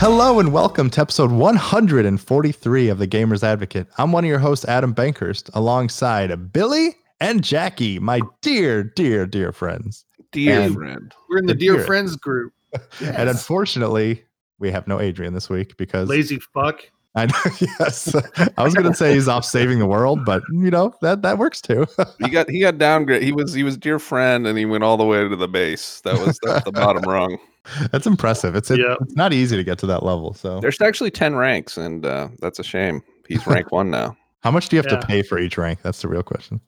Hello and welcome to episode 143 of The Gamer's Advocate. I'm one of your hosts, Adam Bankhurst, alongside Billy and Jackie, my dear, dear, dear friends. Dear And- friend. We're in the Good Dear spirit. Friends group. And unfortunately, we have no Adrian this week because Lazy fuck. I know, yes, I was going to say he's off saving the world, but you know that that works too. He got he got downgraded. He was he was dear friend and he went all the way to the base. That was that's the bottom rung. That's impressive. It's it- Yeah. it's not easy to get to that level. So, There's actually 10 ranks, and uh, that's a shame. He's rank one now. how much do you have Yeah. to pay for each rank? That's the real question.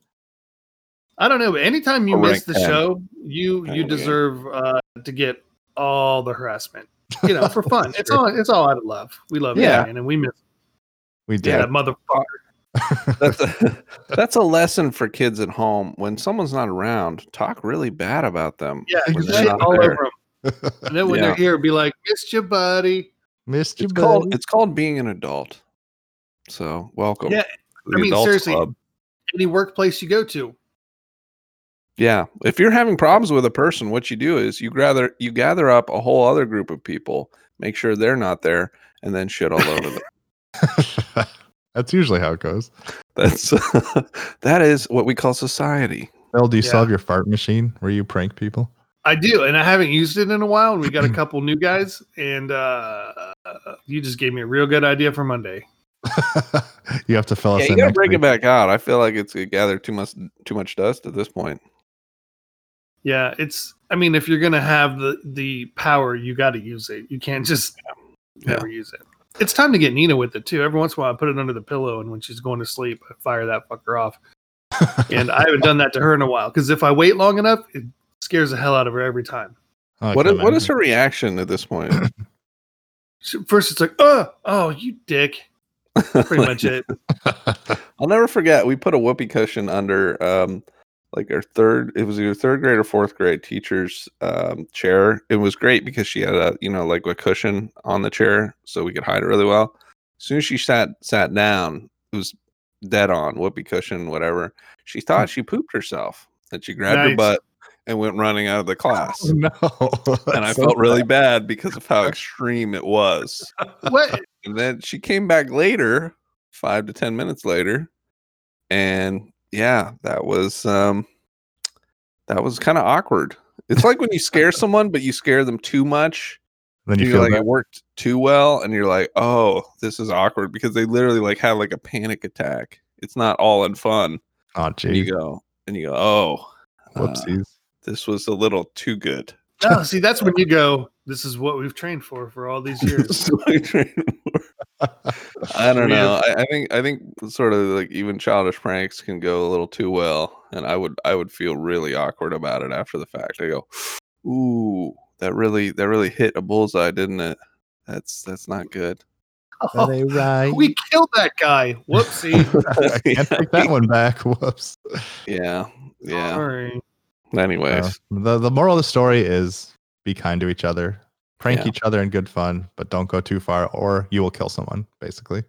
I don't know. But anytime you Or miss rank the 10. show, you Oh, you yeah. deserve uh, to get all the harassment. You know, for fun. That's it's true. all it's all out of love. We love Yeah. Adrian and we miss We Yeah. did. that motherfucker. That's a, that's a lesson for kids at home. When someone's not around, talk really bad about them. Yeah, when they're shit not all there. over 'em. And then when Yeah. they're here, be like, "Missed you, buddy." Missed you, It's called buddy. it's called being an adult. So welcome. Yeah, to the I mean, adults seriously. club. Any workplace you go to, Yeah. If you're having problems with a person, what you do is you gather you gather up a whole other group of people, make sure they're not there, and then shit all over them. That's usually how it goes. That's that is what we call society. Phil, do you still Yeah. have your fart machine where you prank people? I do, and I haven't used it in a while. And we got a couple new guys, and uh, you just gave me a real good idea for Monday. you have to fill us Yeah, in. you gotta next break week. it back out. I feel like it's gathered too much too much dust at this point. Yeah, it's. I mean, if you're gonna have the the power, you got to use it. You can't just Yeah. never use it. It's time to get Nina with it too. Every once in a while, I put it under the pillow, and when she's going to sleep, I fire that fucker off. and I haven't done that to her in a while because if I wait long enough, it scares the hell out of her every time. Oh, I What can't is, what is imagine. her reaction at this point? She, first, it's like, oh, oh, you dick. Pretty much it. I'll never forget. We put a whoopee cushion under um like our third it was either third grade or fourth grade teacher's um chair. It was great because she had a you know like a cushion on the chair so we could hide it really well. As soon as she sat sat down, it was dead on whoopee cushion, whatever. She thought she pooped herself and she grabbed her Nice. butt and went running out of the class. no. and I felt really bad because of how extreme it was. What? And then she came back later, five to ten minutes later, and yeah, that was um that was kind of awkward. It's like when you scare someone, but you scare them too much. Then And you you're feel like, bad. it worked too well, and you're like, oh, this is awkward because they literally like had like a panic attack. It's not all in fun. Oh, And you geez. go and you go, oh, uh, Whoopsies. this was a little too good. No, see, that's when you go. This is what we've trained for for all these years. So I trained I don't Weird. know. I, I think I think sort of like even childish pranks can go a little too well, and I would I would feel really awkward about it after the fact. I go, ooh, that really that really hit a bullseye, didn't it? That's that's not good. Are they right? we killed that guy. Whoopsie. I can't take that one back. Whoops. yeah, yeah. Sorry. Anyways, Uh, the the moral of the story is be kind to each other, prank Yeah. each other in good fun, but don't go too far, or you will kill someone. Basically,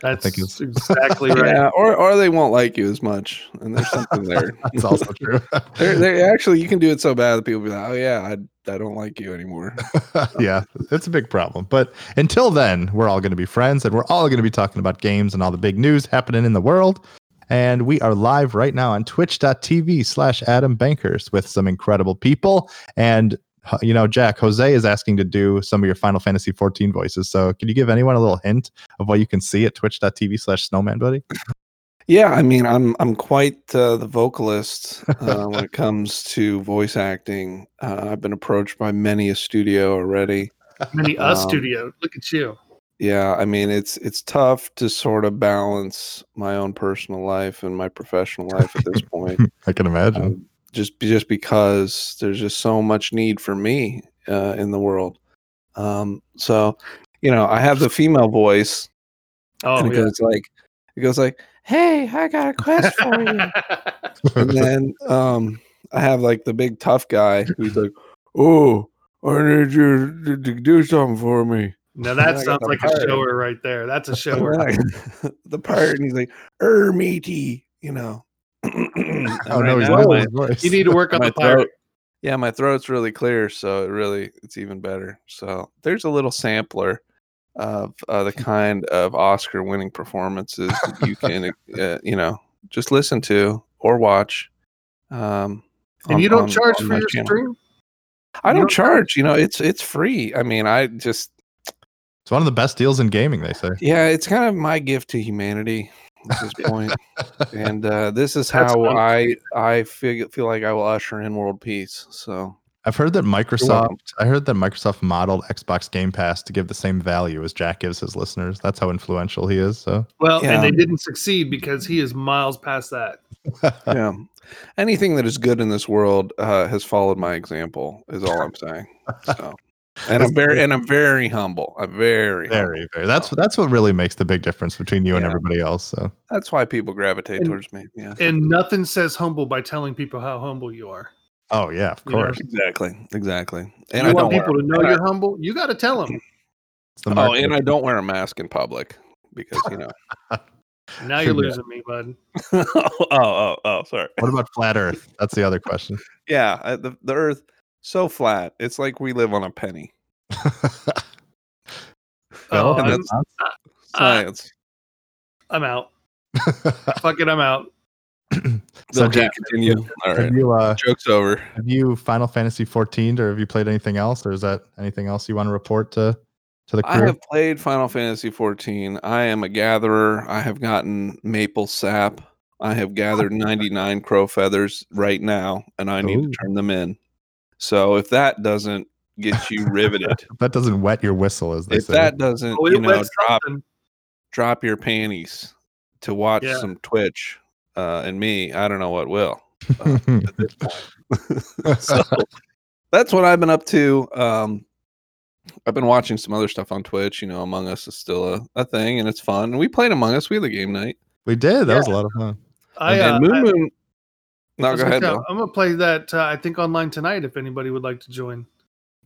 That's think it's- exactly right. yeah, or or they won't like you as much, and there's something there. that's also true. They're, they're actually you can do it so bad that people be like, oh yeah, I I don't like you anymore. yeah, it's a big problem. But until then, we're all going to be friends and we're all going to be talking about games and all the big news happening in the world. And we are live right now on twitch.tv slash Adam Bankers with some incredible people. And, uh, you know, Jack, Jose is asking to do some of your Final Fantasy 14 voices. So can you give anyone a little hint of what you can see at twitch.tv slash snowman buddy? Yeah, I mean, I'm I'm quite uh, the vocalist uh, when it comes to voice acting. Uh, I've been approached by many a studio already. Mini Us Um, Studio. Look at you. Yeah, I mean, it's it's tough to sort of balance my own personal life and my professional life at this point. I can imagine. um, just be- just because there's just so much need for me uh, in the world. Um, so, you know, I have the female voice, Oh, and it yeah. goes like, it goes like, "Hey, I got a quest for you." and then um I have like the big tough guy who's like, "Oh, I need you to, to do something for me." now I that got sounds the like pirate. a shower right there. That's a And shower. we're like, the pirate, and he's like, "Er, matey," you know. oh oh, no, he's now not I- his voice. you need to work on my the pirate. throat, yeah, my throat's really clear, so it really it's even better. So there's a little sampler of uh, the kind of Oscar-winning performances that you can, uh, you know, just listen to or watch. Um, And on- you don't on- charge on for my your channel. stream? I you don't don't charge? charge. You know, it's it's free. I mean, I just It's one of the best deals in gaming, they say. yeah, it's kind of my gift to humanity at this point. and uh, this is That's how cool. I I feel, feel like I will usher in world peace. So I've heard that welcome. Microsoft. I heard that Microsoft modeled Xbox Game Pass to give the same value as Jack gives his listeners. That's how influential he is. So Well, Yeah. and they didn't succeed because he is miles past that. yeah, anything that is good in this world uh, has followed my example. Is all I'm saying. So. And I'm very and I'm very humble. I'm very, humble. very, very. That's that's what really makes the big difference between you and Yeah. everybody else. So That's why people gravitate And- towards me. Yeah, And nothing says humble by telling people how humble you are. oh yeah, of You know, course. exactly, exactly. And you I want don't wear, people to know and I- you're humble? You got to tell them. It's the oh, market. and I don't wear a mask in public because you know. Now you're Yeah. losing me, bud. oh, oh, oh, sorry. what about flat Earth? That's the other question. Yeah, uh, the the Earth so flat. It's like we live on a penny. Phil, Oh, any I'm- thoughts? Uh, Science. I'm out. Fuck it, I'm out. so Okay, Jack, continue. All right, have you uh, joke's over. have you Final Fantasy 14 or have you played anything else, or is that anything else you want to report to to the I crew? have played Final Fantasy 14. I am a gatherer. I have gotten maple sap. I have Oh, gathered 99 crow feathers right now, and I need Ooh. to turn them in. So if that doesn't get you riveted, If that doesn't wet your whistle, as they if say. that doesn't, Oh, it you know, went drop something. drop your panties to watch Yeah. some Twitch uh, and me, I don't know what will. at this point. so that's what I've been up to. Um, I've been watching some other stuff on Twitch. You know, Among Us is still a, a thing, and it's fun. And we played Among Us. We had a game night. we did. That was a lot of fun. I, and, uh, and Moon I- Moon. I No, was go gonna ahead. say, Bill. I'm gonna play that. Uh, I think online tonight. If anybody would like to join,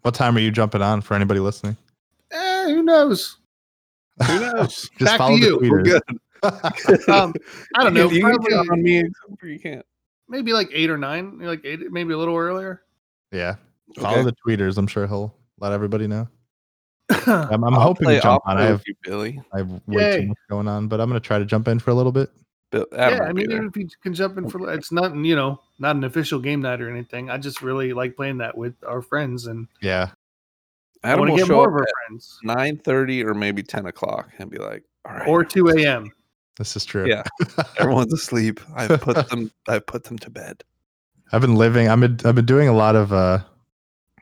What time are you jumping on for anybody listening? eh, who knows? Who knows? Just Back to follow the you. We're tweeters. good. Um, I don't know. You can Probably count on me. except for You can't. maybe like eight or nine. Like eight, maybe a little earlier. yeah, follow Okay. the tweeters. I'm sure he'll let everybody know. yeah, I'm, I'm I'll hoping play to jump Opera on. I with have you, Billy. I have way Yay. too much going on, but I'm gonna try to jump in for a little bit. Bill, Adam I will be mean, there. even if you can jump in for it's not you know not an official game night or anything. I just really like playing that with our friends, and Yeah, I Adam want to will get show more up of our at friends. nine thirty or maybe ten o'clock and be like, "All right, Or 2 a.m. this is true. Yeah. everyone's asleep. I've put them. I've put them to bed." I've been living. I'm I've been doing a lot of uh,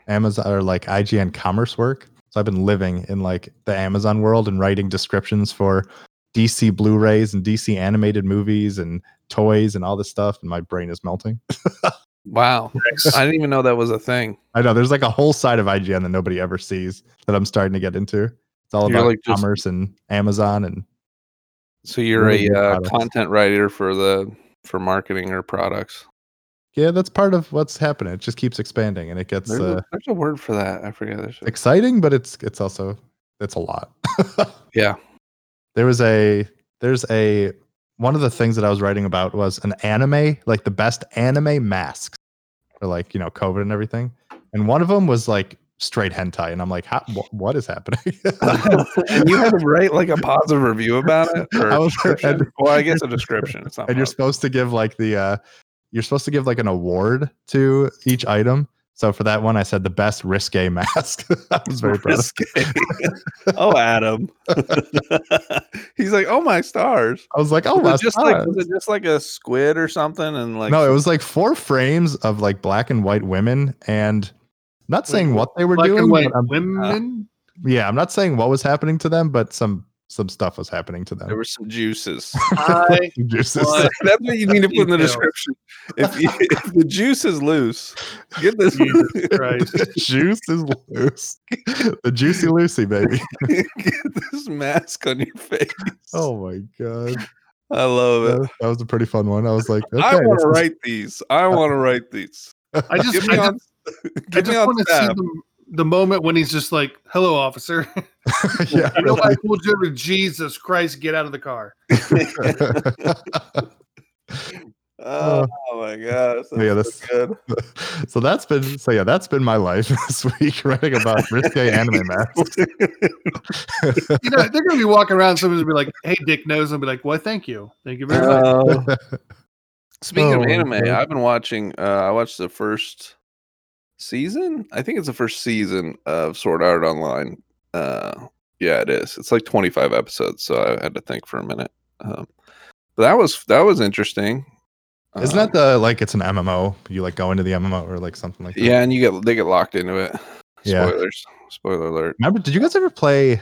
Amazon or like IGN commerce work. So I've been living in like the Amazon world and writing descriptions for DC Blu-rays and DC animated movies and toys and all this stuff. And my brain is melting. Wow, I didn't even know that was a thing. I know there's like a whole side of IGN that nobody ever sees that I'm starting to get into. It's all You're about like just- commerce and Amazon and So you're Really a good uh, products. content writer for the for marketing or products. yeah, that's part of what's happening. It just keeps expanding and it gets There's, uh, a, there's a word for that. I forget. There's a- exciting, but it's it's also it's a lot. yeah. there was a there's a one of the things that I was writing about was an anime, like the best anime masks for like you know COVID and everything. And one of them was like straight hentai, and I'm like, How, wh- what is happening? and you had to write like a positive review about it. Or I I was- and- well, I guess a description. It's not and you're positive. supposed to give like the uh you're supposed to give like an award to each item. So for that one, I said the best risque mask. I was very proud. Of. oh, Adam. He's like, oh my stars. I was like, oh, was that's it just like was it just like a squid or something? And like no, it was like four frames of like black and white women, and not saying what they were Black doing. and white but uh, I'm- women. yeah, I'm not saying what was happening to them, but some some stuff was happening to there them. were some juices. I Juices. What? That's what you need to put in the Details. description. If, you, if the juice is loose, get this. Jesus Christ. Juice is loose. the juicy Lucy, baby. get this mask on your face. Oh my god, I love it. that, that was a pretty fun one. I was like, Uh, okay, I want this to is- write these. I want to write these. I just, Give I me just, on. I Give me just on want to see staff. the, the moment when he's just like, "Hello, officer." yeah, you know, really. I told you to Jesus Christ, get out of the car. Oh, my gosh. That's uh, Oh, Yeah, so that's- good. so that's been so yeah, that's been my life this week writing about risque anime masks. You know, they're gonna be walking around. Someone's gonna be like, "Hey, Dick knows." I'll be like, "Well, thank you, thank you very much." Uh, Oh. speaking Oh, of anime, okay. I've been watching. Uh, I watched the first season. I think it's the first season of Sword Art Online. Uh, yeah, it is. It's like 25 episodes, so I had to think for a minute. Um, but that was that was interesting. Isn't Um, that the like it's an MMO? You like go into the MMO or like something like that? Yeah, and you get they get locked into it. Yeah. Spoilers. Spoiler alert. Remember, did you guys ever play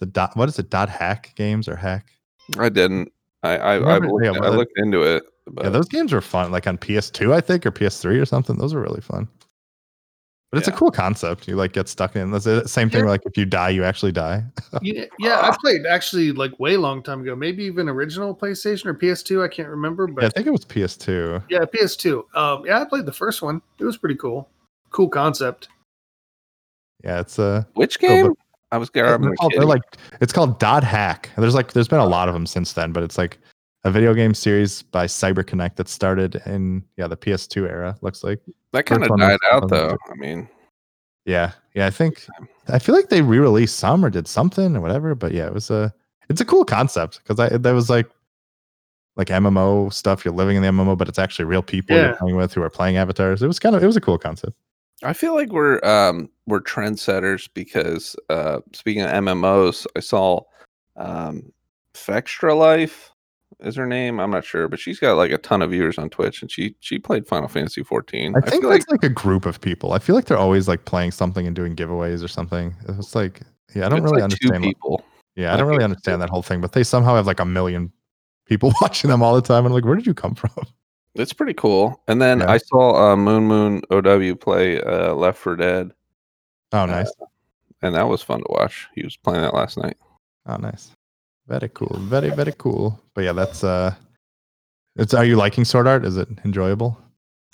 the dot what is it, dot hack games or hack? I didn't. I I, I, Remember- looked, yeah, I well, looked into it. But Yeah, those games were fun, like on PS2, I think, or PS3 or something. Those were really fun. But it's Yeah. a cool concept. You like get stuck in. That's the same thing. Yeah. Where, like if you die, you actually die. Uh, Yeah, yeah, I played actually like way long time ago, maybe even original PlayStation or PS2. I can't remember, Yeah, I but think it was PS2. yeah, PS2. Um, yeah, I played the first one. It was pretty cool. Cool concept. Yeah, it's uh, which Oh, but- game? I was they're, grabbing. called- they're like it's called Dot Hack. And There's like there's been a lot of them since then, but it's like a video game series by CyberConnect that started in yeah the PS2 era. Looks like that kind first of one was died out something though. like I mean, yeah yeah I think I feel like they re-released some or did something or whatever. But yeah, it was a it's a cool concept because I that was like like MMO stuff. You're living in the MMO, but it's actually real people Yeah. you're playing with who are playing avatars. It was kind of it was a cool concept. I feel like we're um we're trendsetters because uh speaking of MMOs, I saw um Fextra Life is her name. I'm not sure, but she's got like a ton of viewers on Twitch and she she played Final Fantasy 14. I think feel that's like, a group of people. I feel like they're always like playing something and doing giveaways or something. It's like yeah, I don't it's really like understand. two what- people. Yeah, I I don't think really it's understand that whole thing, but they somehow have like a million people watching them all the time. And I'm like, where did you come from? Oh, It's pretty cool. And then Yeah. I saw uh, Moon Moon OW play uh, Left for Dead, Oh, nice. and that was fun to watch. He was playing that last night. oh, nice. Very cool. Very, very cool. But yeah, that's uh, it's are you liking sword art? Is it enjoyable?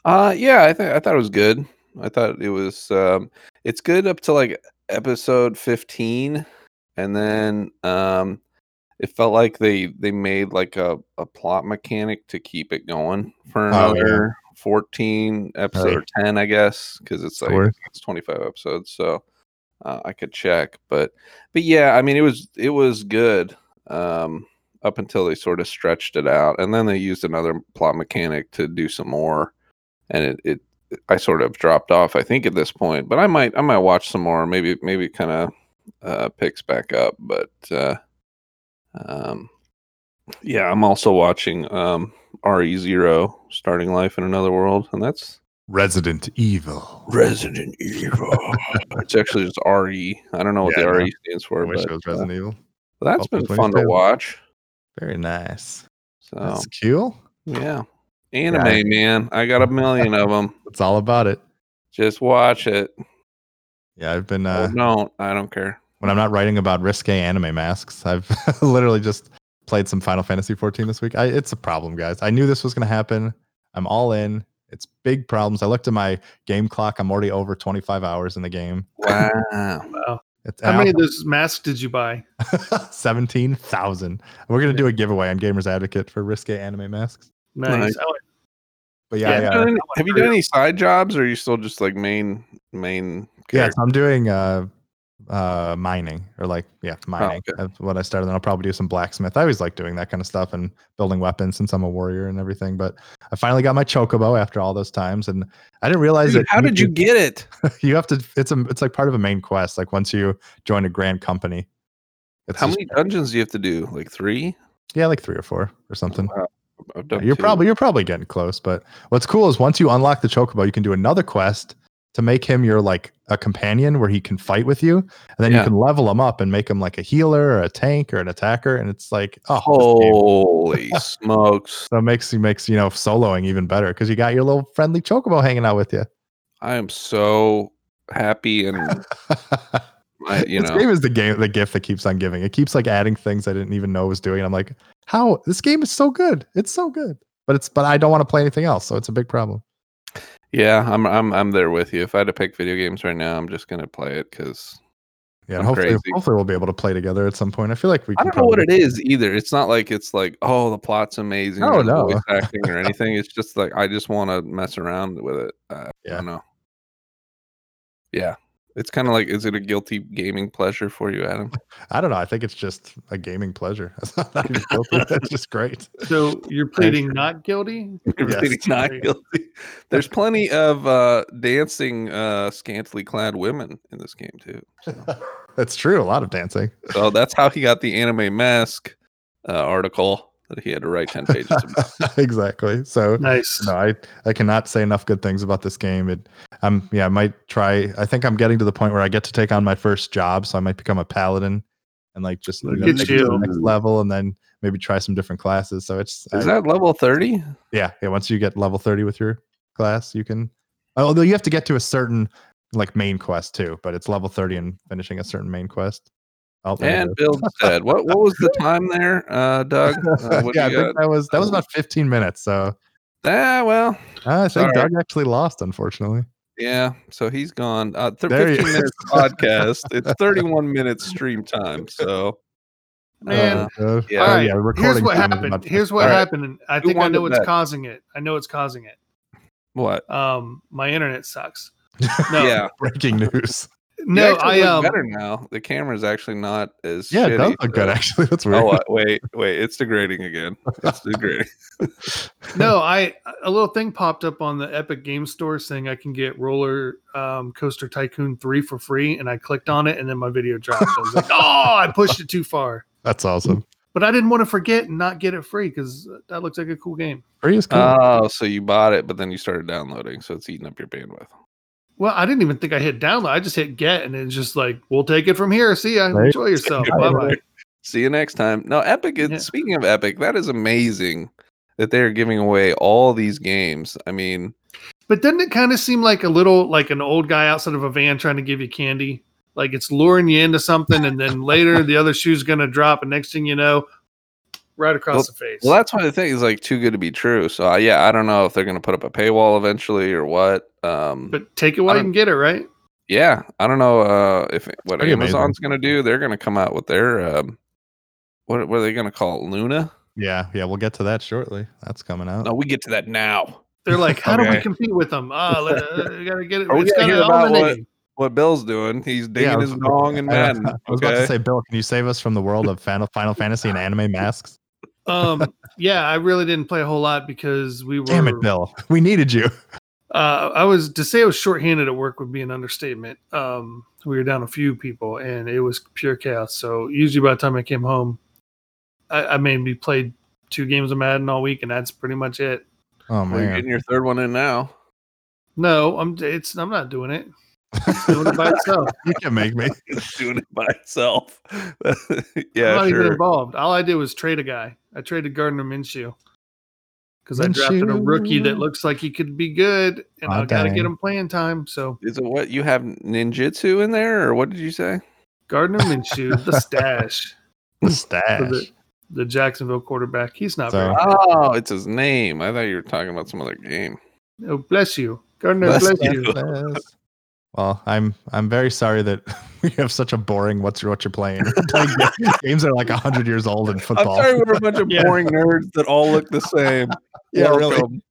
Uh yeah, I think I thought it was good. I thought it was um it's good up to like episode 15 and then um it felt like they they made like a, a plot mechanic to keep it going for Oh, yeah. another 14 episode or 10 I guess cuz it's like Sure. it's 25 episodes so uh, I could check but but yeah, I mean it was it was good. Um up until they sort of stretched it out and then they used another plot mechanic to do some more and it, it I sort of dropped off I think at this point but I might I might watch some more maybe maybe kind of uh picks back up but uh um yeah I'm also watching um RE0 starting life in another world and that's Resident Evil. Resident Evil it's actually just RE I don't know what Yeah, the I know. RE stands I for wish it but was uh, Resident Evil. that's Well, been that's fun to 22. watch Very nice. so That's cool. Yeah. Anime, man. I got a million of them. That's all about it. Just watch it. Yeah, I've been Or uh, don't. I don't care. when I'm not writing about risque anime masks, I've literally just played some Final Fantasy 14 this week. I, it's a problem, guys. I knew this was going to happen. I'm all in. It's big problems. I looked at my game clock. I'm already over 25 hours in the game. Wow. Wow. It's How many of those masks did you buy? 17,000. We're going to do a giveaway on Gamers Advocate for risque anime masks. Nice. Nice. I went- But Have yeah, you yeah. done any- have you done Yeah. any side jobs or are you still just like main main Yeah, character? so I'm doing uh uh mining or like yeah, mining. Oh, okay. That's what I started. Then I'll probably do some blacksmith. I always like doing that kind of stuff and building weapons since I'm a warrior and everything. But I finally got my chocobo after all those times and I didn't realize Dude, that how did you get it? you have to it's a it's like part of a main quest. Like once you join a grand company. It's How just- many dungeons do you have to do? Like three? yeah, like three or four or something. Wow. I've done You're two. probably you're probably getting close, but what's cool is once you unlock the chocobo, you can do another quest to make him your like a companion where he can fight with you, and then Yeah. you can level him up and make him like a healer or a tank or an attacker, and it's like oh, this game- holy smokes. so it makes you makes you know soloing even better because you got your little friendly chocobo hanging out with you. I am so happy and I, you this know game is the game the gift that keeps on giving. It keeps like adding things I didn't even know it was doing. And I'm like, how this game is so good. It's so good. But it's but I don't want to play anything else, so it's a big problem. yeah, I'm I'm I'm there with you. If I had to pick video games right now, I'm just gonna play it because Yeah, I'm and hopefully, crazy. hopefully we'll be able to play together at some point. I feel like we. I Can don't know what it probably- is either. It's not like it's like, oh, the plot's amazing. Oh, or the no. voice acting or anything. It's just like I just want to mess around with it. Uh, I Yeah. don't know. Yeah, it's kind of like, is it a guilty gaming pleasure for you, Adam? I don't know. I think it's just a gaming pleasure. That's not even guilty. That's just great. So you're pleading not guilty? You're Yes. pleading not Right. guilty. There's plenty of uh, dancing, uh, scantily clad women in this game too. That's true. A lot of dancing. So that's how he got the anime mask uh, article that he had to write ten pages. about. exactly. So Nice. no, I I cannot say enough good things about this game. It, I'm yeah, I might try. I think I'm getting to the point where I get to take on my first job, so I might become a paladin and like just you Look know, at take it to the you. next level, and then maybe try some different classes. So it's Is I- that level thirty? yeah, yeah. Once you get level thirty with your class, you can. Although you have to get to a certain like main quest too, but it's level thirty and finishing a certain main quest. Oh, there it And is. Bill said, "What what was the time there, uh, Doug? Uh, what do yeah, I you think that was that was about fifteen minutes. So got? Ah, well, I think Sorry. Doug actually lost, unfortunately. yeah. So he's gone. Uh, th- There he Fifteen is. minutes podcast. It's thirty-one minutes stream time. So Man. uh, Uh, yeah. oh, All right, yeah, Here's recording what time is happened. about- Here's what All right. happened. And I Who think I won know the what's bet? causing it. I know what's causing it. what? Um, my internet sucks. No, Yeah, breaking news. You no, actually I look um, better now. The camera's actually not as Yeah, it shitty, does look good so- actually. That's weird. Oh uh, wait, wait, it's degrading again. It's degrading. no, I a little thing popped up on the Epic Game Store saying I can get Roller um, Coaster Tycoon three for free, and I clicked on it, and then my video dropped. I was like, oh, I pushed it too far. That's awesome. But I didn't want to forget and not get it free because that looks like a cool game. Free is cool. Oh, so you bought it, but then you started downloading, so it's eating up your bandwidth. Well, I didn't even think I hit download. I just hit get, and it's just like, we'll take it from here. See ya. Right. Enjoy yourself. Bye bye. See you next time. No, Epic. Is, Yeah. Speaking of Epic, that is amazing that they're giving away all these games. I mean, But doesn't it kind of seem like a little like an old guy outside of a van trying to give you candy? Like it's luring you into something, and then later the other shoe's going to drop, and next thing you know, right across the face. well, that's one of the things like too good to be true. So uh, yeah, I don't know if they're going to put up a paywall eventually or what. Um, But take it while I you can get it, right? yeah, I don't know uh, if what pretty amazing. Amazon's going to do. They're going to come out with their um, what, what are they going to call it? Luna? yeah, yeah, we'll get to that shortly. That's coming out. No, we get to that now. They're like, how do we Okay. compete with them? Ah, let- uh, we got to get it. Are we It's gonna gotta hear about what- eliminate. What Bill's doing? He's digging Yeah, I his was- dong and I- Madden. I was about okay? to say, Bill, can you save us from the world of Final, Final Fantasy and anime masks? Um, yeah, I really didn't play a whole lot because we were. Damn it, Bill. We needed you. uh, I was to say I was shorthanded at work would be an understatement. Um, we were down a few people, and it was pure chaos. So usually by the time I came home, I, I maybe played two games of Madden all week, and that's pretty much it. Oh Well, you're man. getting your third one in now. No, I'm it's I'm not doing it. It's doing it by itself. You can make me. It's doing it by itself. I'm yeah, not even sure. involved. All I did was trade a guy. I traded Gardner Minshew because I drafted a Minshew. rookie that looks like he could be good, and Aw, I got to dang. get him playing time. So Is it what you have ninjutsu in there, or what did you say? Gardner Minshew, the stash, The stash. the- the Jacksonville quarterback. He's not So- very Oh, it's his name. I thought you were talking about some other game. Oh, bless you. Gardner, Bless bless, you. you. Yes. Well, I'm I'm very sorry that we have such a boring what's your- what you're playing. Like, games are like hundred years old in I'm football. sorry, we're a bunch of Yeah. boring nerds that all look the same. yeah, really. Welcome.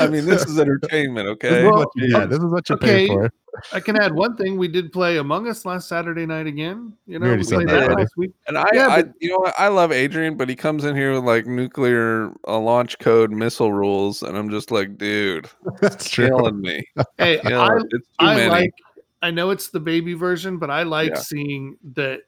I mean, uh, this is entertainment, This is okay? Well, what you, yeah, this is what you okay, pay for. I can add one thing. We did play Among Us last Saturday night again. You know, already we said played that that already. last week. And I, yeah, I you know, what? I love Adrian, but he comes in here with like nuclear uh, launch code missile rules, and I'm just like, dude, That's true. killing me. Hey, Killing- it's too I, I many. like. I know it's the baby version, but I like Yeah. seeing that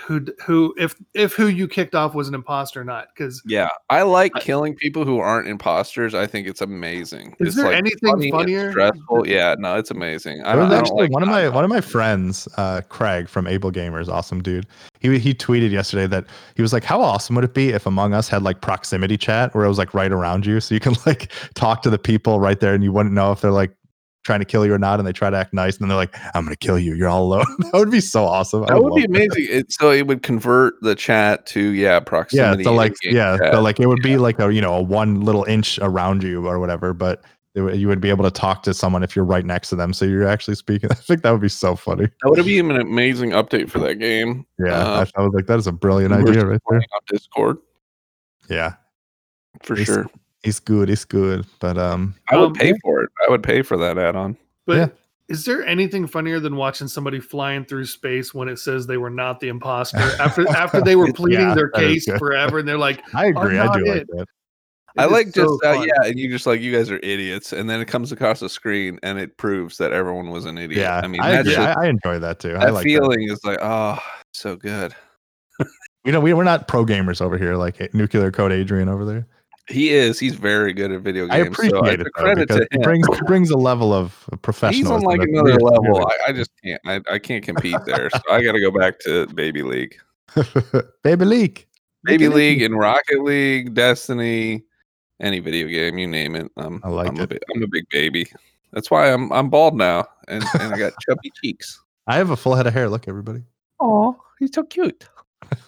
who d- who if if who you kicked off was an imposter or not. Because Yeah, I like I- killing people who aren't imposters. I think it's amazing. Is it's there like anything funny, it's funnier? Stressful. Yeah, no, it's amazing. I There don't, was I don't actually like one of not my one of my imposters. friends, uh, Craig from Able Gamers, awesome dude. He he tweeted yesterday that he was like, "How awesome would it be if Among Us had like proximity chat, where it was like right around you, so you can like talk to the people right there, and you wouldn't know if they're like trying to kill you or not, and they try to act nice, and then they're like, "I'm gonna kill you. You're all alone." that would be so awesome. I That would be love amazing. It, so it would convert the chat to yeah yeah proximity. so like in-game yeah chat. so like it would be like a you know a one little inch around you or whatever but It would- you would be able to talk to someone if you're right next to them, so you're actually speaking. I think that would be so funny. That would be an amazing update for that game. Yeah, Uh, I, I was like, that is a brilliant We're idea right there. playing on Discord Yeah, for It's- sure. it's good, it's good. But um, I would Um, pay for it. I would pay for that add-on. But Yeah. is there anything funnier than watching somebody flying through space when it says they were not the imposter after after they were pleading Yeah, their that is case good. forever and they're like, Oh, I agree, I do not like it. that. I It is like just so uh, fun. yeah, and you just like you guys are idiots, and then it comes across the screen and it proves that everyone was an idiot. Yeah, I mean, I, that's agree. just- I, I enjoy that too. I that like that. feeling is like oh, so good. You know, we, we're not pro gamers over here, like Nuclear Code Adrian over there. He is. He's very good at video I games. appreciate so I it took though, credit because to it him. brings it brings a level of He's professionalism. on like that we another are really level. I, I just can't. I, I can't compete there. So I got to go back to Baby League, Baby Leak. Baby Baby League, and Rocket League, Destiny, any video game you name it. Um, I like I'm A it. big, I'm a big baby. That's why I'm I'm bald now, and, and I got chubby cheeks. I have a full head of hair. Look, everybody. Oh, he's so cute.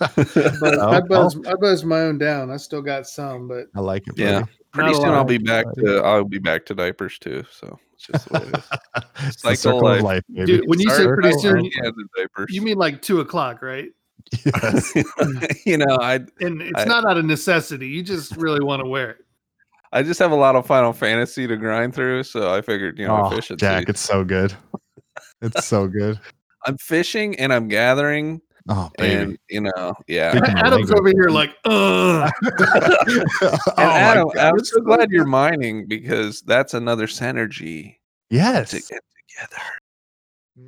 But Oh, I oh. buzzed I buzzed my own down. I still got some, but I like it. Yeah. buddy. Pretty Not soon I'll alive. be back to I'll be back to diapers too. So it's just the way it is. it's Cycle the circle life. of life, baby. Dude, when you say Sorry, pretty I'll- soon, I'll get the diapers. you mean like two o'clock, right? Yes. you know, I And it's I- not out of necessity. You just really want to wear it. I just have a lot of Final Fantasy to grind through, so I figured, you know, Oh, efficiency. Jack, it's so good. It's so good. I'm fishing and I'm gathering, Oh, baby. and you know, yeah. Dude, Speaking of Adam's language. over here like, ugh. Oh, my And Adam, God, I'm it's so glad you're mining because that's another synergy Yes. to get together.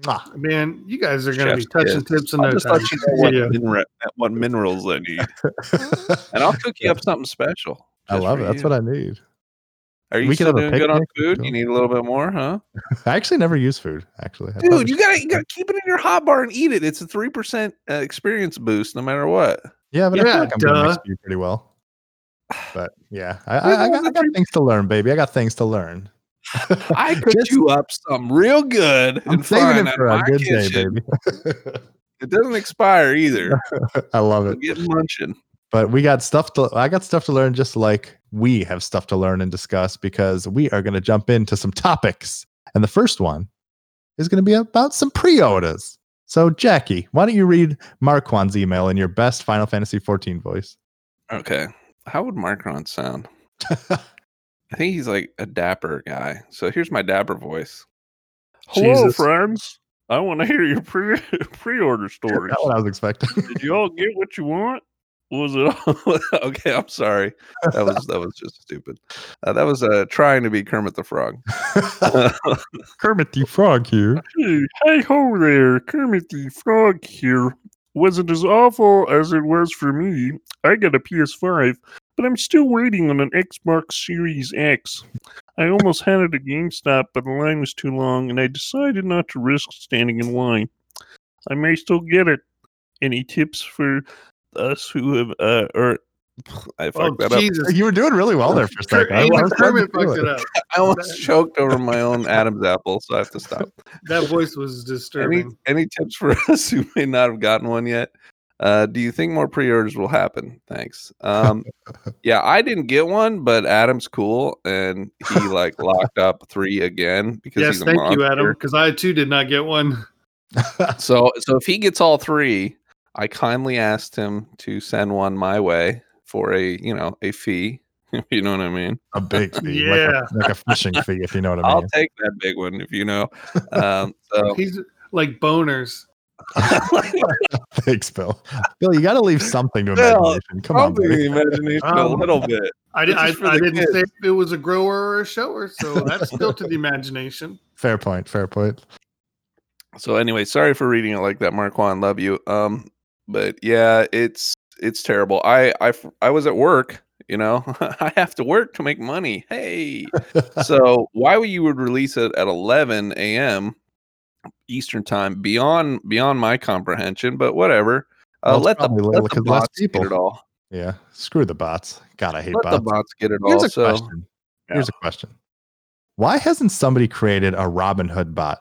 Mwah. Man, you guys are going to be Chef's touching kiss. tips in I'll no just time. let you know what, Yeah. minera- what minerals I need, and I'll cook you up something special. I love it. That's what I need. I, Are you we could still have a doing good on picnic. food? You need a little bit more, huh? I actually never use food. Actually, I Dude, probably you gotta you gotta keep it in your hot bar and eat it. It's a three percent uh, experience boost, no matter what. Yeah, but I Yeah, feel like I'm doing duh. my speed pretty well. But yeah, I, You're I, I the got, one I that got drinks- things to learn, baby. I got things to learn. I cooked Just- you up something real good. I'm and saving it fine at for a my good day, kitchen. baby. It doesn't expire either. I love So it. get munching. But we got stuff to. I got stuff to learn, just like we have stuff to learn and discuss, because we are going to jump into some topics. And the first one is going to be about some pre-orders. So, Jackie, why don't you read Marquand's email in your best Final Fantasy 14 voice? Okay. How would Markron sound? I think he's like a dapper guy. So here's my dapper voice. Jesus. friends. I want to hear your pre pre-order stories. That's what I was expecting. Did you all get what you want? Was it all okay? I'm sorry. That was that was just stupid. Uh, that was uh, trying to be Kermit the Frog. Kermit the Frog here. Hey, hey ho there, Kermit the Frog here. Wasn't as awful as it was for me. I got a PS5, but I'm still waiting on an Xbox Series X. I almost had it at GameStop, but the line was too long, and I decided not to risk standing in line. I may still get it. Any tips for us who have, uh, or I Oh, fucked that up. Jesus. You were doing really well there for a Kurt- second. I was Kermit glad to fucked do it it. up. I almost choked over my own Adam's apple, so I have to stop. That voice was Any disturbing. any tips for us who may not have gotten one yet? Uh, do you think more pre-orders will happen? Thanks. Um, yeah, I didn't get one, but Adam's cool, and he like locked up three again because Yes, he's a thank monster. you, Adam, because I too did not get one. So so if he gets all three, I kindly asked him to send one my way for a you know a fee. if you know what I mean. A big fee, Yeah. like, a, like a fishing fee, if you know what I I'll mean. take that big one if you know. Um, so He's like boners. Thanks, Bill. Bill, you got to leave something to Bill, imagination. Come on, Probably baby. the imagination a Um, little bit. I, This di- is I, for I the didn't kids. say if it was a grower or a shower, so that's still to the imagination. Fair point. Fair point. So anyway, sorry for reading it like that, Marquand. Love you. Um, but yeah, it's it's terrible. I I f- I was at work. You know, I have to work to make money. Hey, so why would you would release it at 11 a.m. Eastern time? Beyond beyond my comprehension, but whatever. Uh, Well, it's let the, probably let the because less bots get people. it all. yeah. Screw the bots. God, I hate Let the bots. bots get it Here's all. a So question. Here's a question. Why hasn't somebody created a Robin Hood bot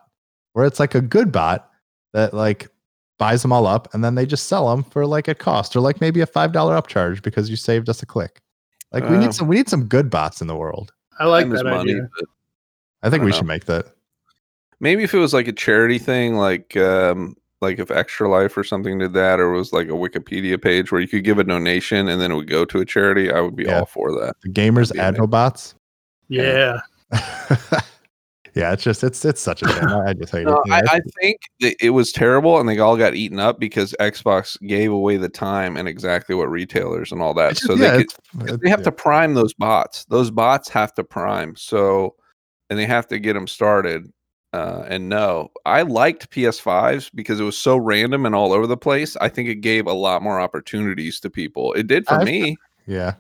where it's like a good bot that like buys them all up and then they just sell them for like a cost or like maybe a five dollar upcharge because you saved us a click? Like we Uh, need some we need some good bots in the world. I like time is that money, idea. but I think I we know. should make that. Maybe if it was like a charity thing, like um, like if Extra Life or something did that, or was like a Wikipedia page where you could give a donation and then it would go to a charity, I would be Yeah. all for that. The gamers That'd be amazing. admiral bots. Yeah. yeah, it's just it's it's such a shame. I I just hate No, it. I, I think that it was terrible, and they all got eaten up because Xbox gave away the time and exactly what retailers and all that. It's So just- they, could, it's- they have yeah. to prime those bots. Those bots have to prime. So, and they have to get them started. Uh, and no, I liked PS5s because it was so random and all over the place. I think it gave a lot more opportunities to people. It did for I've- me. Yeah,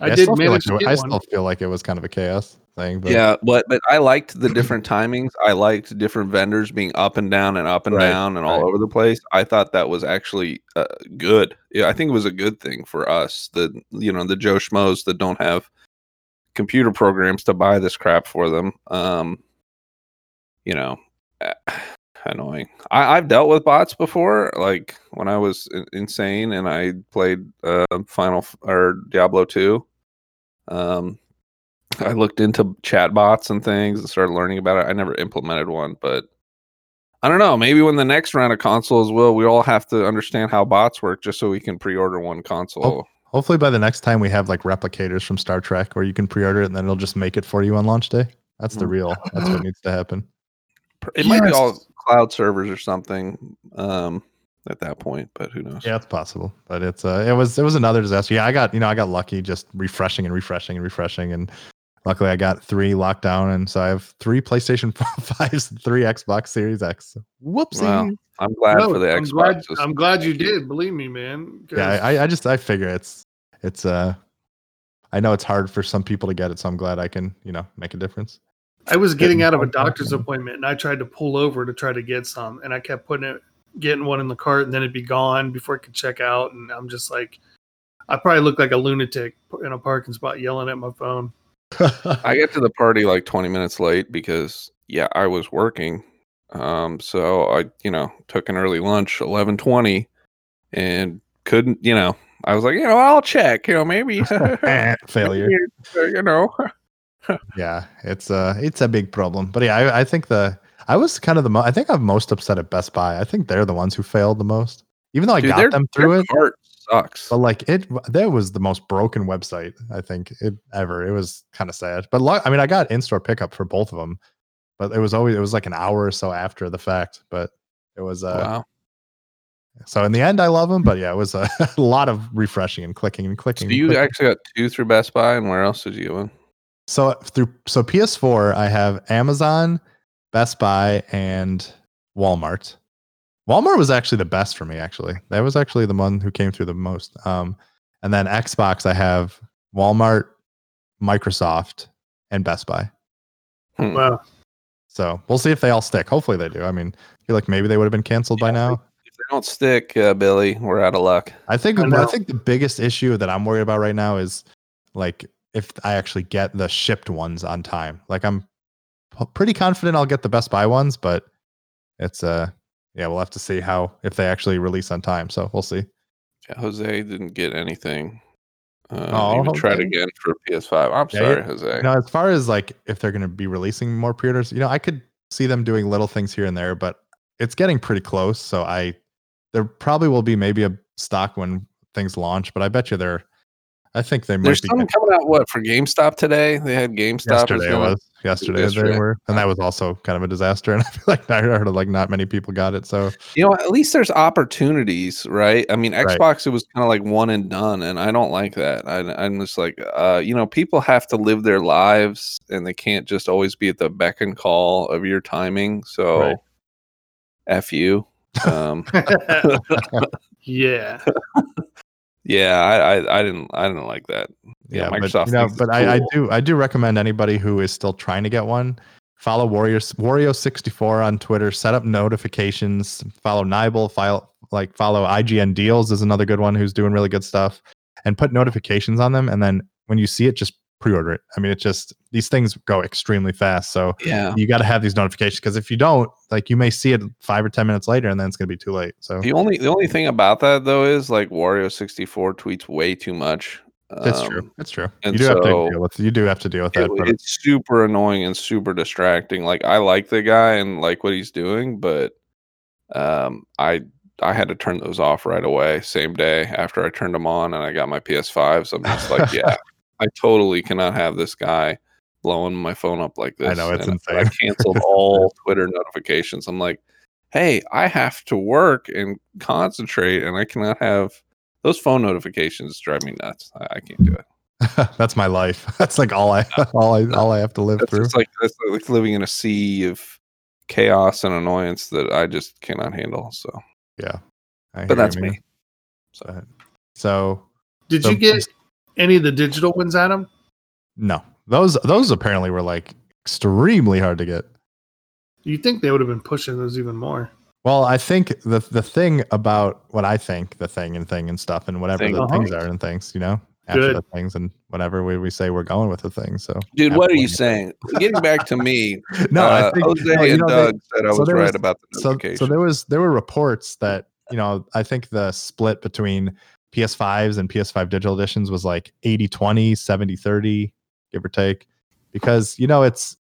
I did still feel manage like to it, get I one. still feel like it was kind of a chaos thing. But yeah, but but I liked the different timings. I liked different vendors being up and down and up and Right, down and all right. over the place. I thought that was actually uh, good. Yeah, I think it was a good thing for us. The you know the Joe Schmoes that don't have computer programs to buy this crap for them. Um, you know, annoying. I, I've dealt with bots before, like when I was in- insane and I played uh, Final F- or Diablo two. Um, I looked into chat bots and things and started learning about it. I never implemented one, but I don't know. Maybe when the next round of consoles will, we all have to understand how bots work just so we can pre-order one Oh, console. hopefully by the next time we have like replicators from Star Trek where you can pre-order it and then it'll just make it for you on launch day. That's Mm. the Mhm. real. That's what needs to happen. It might be Yes. all cloud servers or something um, at that point, but who knows? Yeah, it's possible, but it's uh, it was it was another disaster. Yeah, I got you know I got lucky just refreshing and refreshing and refreshing, and luckily I got three locked down, and so I have three PlayStation fives, and three Xbox Series X. Whoopsie. Wow. I'm glad No, for the I'm Xbox. glad, system. I'm glad you did. Believe me, man. 'cause- Yeah, I, I- I just I figure it's it's uh, I know it's hard for some people to get it, so I'm glad I can you know make a difference. I was getting out of a Getting drunk, doctor's yeah. appointment and I tried to pull over to try to get some and I kept putting it getting one in the cart and then it'd be gone before I could check out and I'm just like I probably look like a lunatic in a parking spot yelling at my phone. I got to the party like 20 minutes late because yeah, I was working. Um, so I, you know, took an early lunch, 11:20, and couldn't, you know, I was like, you know, I'll check, you know, maybe, Eh, failure. you know, Yeah, it's uh it's a big problem. But yeah, I, I think the I was kind of the mo- I think I'm most upset at Best Buy. I think they're the ones who failed the most. Even though I Dude, got their- them through their it, Cart sucks. but like it that was the most broken website I think it ever. It was kind of sad. But lu- I mean, I got in-store pickup for both of them, but it was always it was like an hour or so after the fact, but it was uh wow. so in the end I love them, but yeah, it was a, lot of refreshing and clicking and So clicking. and you clicking. actually got two through Best Buy, and where else did you win? So through so PS4, I have Amazon, Best Buy, and Walmart. Walmart was actually the best for me. Actually, that was actually the one who came through the most. Um, and then Xbox, I have Walmart, Microsoft, and Best Buy. Hmm. Wow. So we'll see if they all stick. Hopefully they do. I mean, I feel like maybe they would have been canceled by Yeah. now. If they don't stick, uh, Billy, we're out of luck. I think I I, know. think the biggest issue that I'm worried about right now is like if I actually get the shipped ones on time. Like I'm p- pretty confident I'll get the Best Buy ones, but it's uh yeah, we'll have to see how if they actually release on time. So we'll see. Yeah, Jose didn't get anything. Uh, Oh, even tried Jose. again for PS5. I'm Yeah, sorry, yeah. Jose. You know, as far as like if they're going to be releasing more pre-orders, you know, I could see them doing little things here and there, but it's getting pretty close. So I, there probably will be maybe a stock when things launch, but I bet you they're. I think they might There's be. some coming out what for GameStop today? They had GameStop. is yesterday it gonna- was yesterday, yesterday. Uh-huh. they were and that was also kind of a disaster and i feel like i heard like not many people got it so You know, at least there's opportunities, right? I mean, Right. Xbox it was kind of like one and done, and I don't like that. I, I'm just like, uh, you know, people have to live their lives, and they can't just always be at the beck and call of your timing. So, Right. f you. Um, yeah. yeah, I, I, I didn't, I didn't like that. Yeah, but, Microsoft you know, thinks it's but I, I cool. do i do recommend anybody who is still trying to get one follow warriors wario 64 on twitter set up notifications follow nibel file like follow ign deals is another good one who's doing really good stuff and put notifications on them and then when you see it just pre-order it i mean it just these things go extremely fast so Yeah. you got to have these notifications because if you don't, like you may see it five or ten minutes later, and then it's gonna be too late. So The only the only thing about that though is like Wario sixty four tweets way too much, That's Um, true. That's true. You and do have to so- deal with you do have to deal with that. it- but it's super annoying and super distracting. Like I like the guy and like what he's doing, but um, I I had to turn those off right away, same day after I turned them on, and I got my PS5. So I'm just like, yeah, I totally cannot have this guy blowing my phone up like this. I know, it's And I insane. canceled all Twitter notifications. I'm like, hey, I have to work and concentrate, and I cannot have. Those phone notifications drive me nuts. I, I can't do it. that's my life. That's like all I all I all I have to live That's through. just like that's like living in a sea of chaos and annoyance that I just cannot handle. So, yeah. I hear you, but that's man. me. But- So Did so- you get any of the digital ones, Adam? no. Those those apparently were like extremely hard to get. You think they would have been pushing those even more? Well, I think the the thing about what I think the thing and thing and stuff and whatever Thing. the Uh-huh. things are and things, you know, after Good. the things and whatever we, we say we're going with the thing. So Dude, what are Absolutely. you saying? Getting back to me, no, uh, I think Jose no, you and know, they- Doug said I so was there right was- about the so notification. so there was there were reports that you know I think the split between PS5s and PS5 digital editions was like 80 20, 70 30, give or take, because you know it's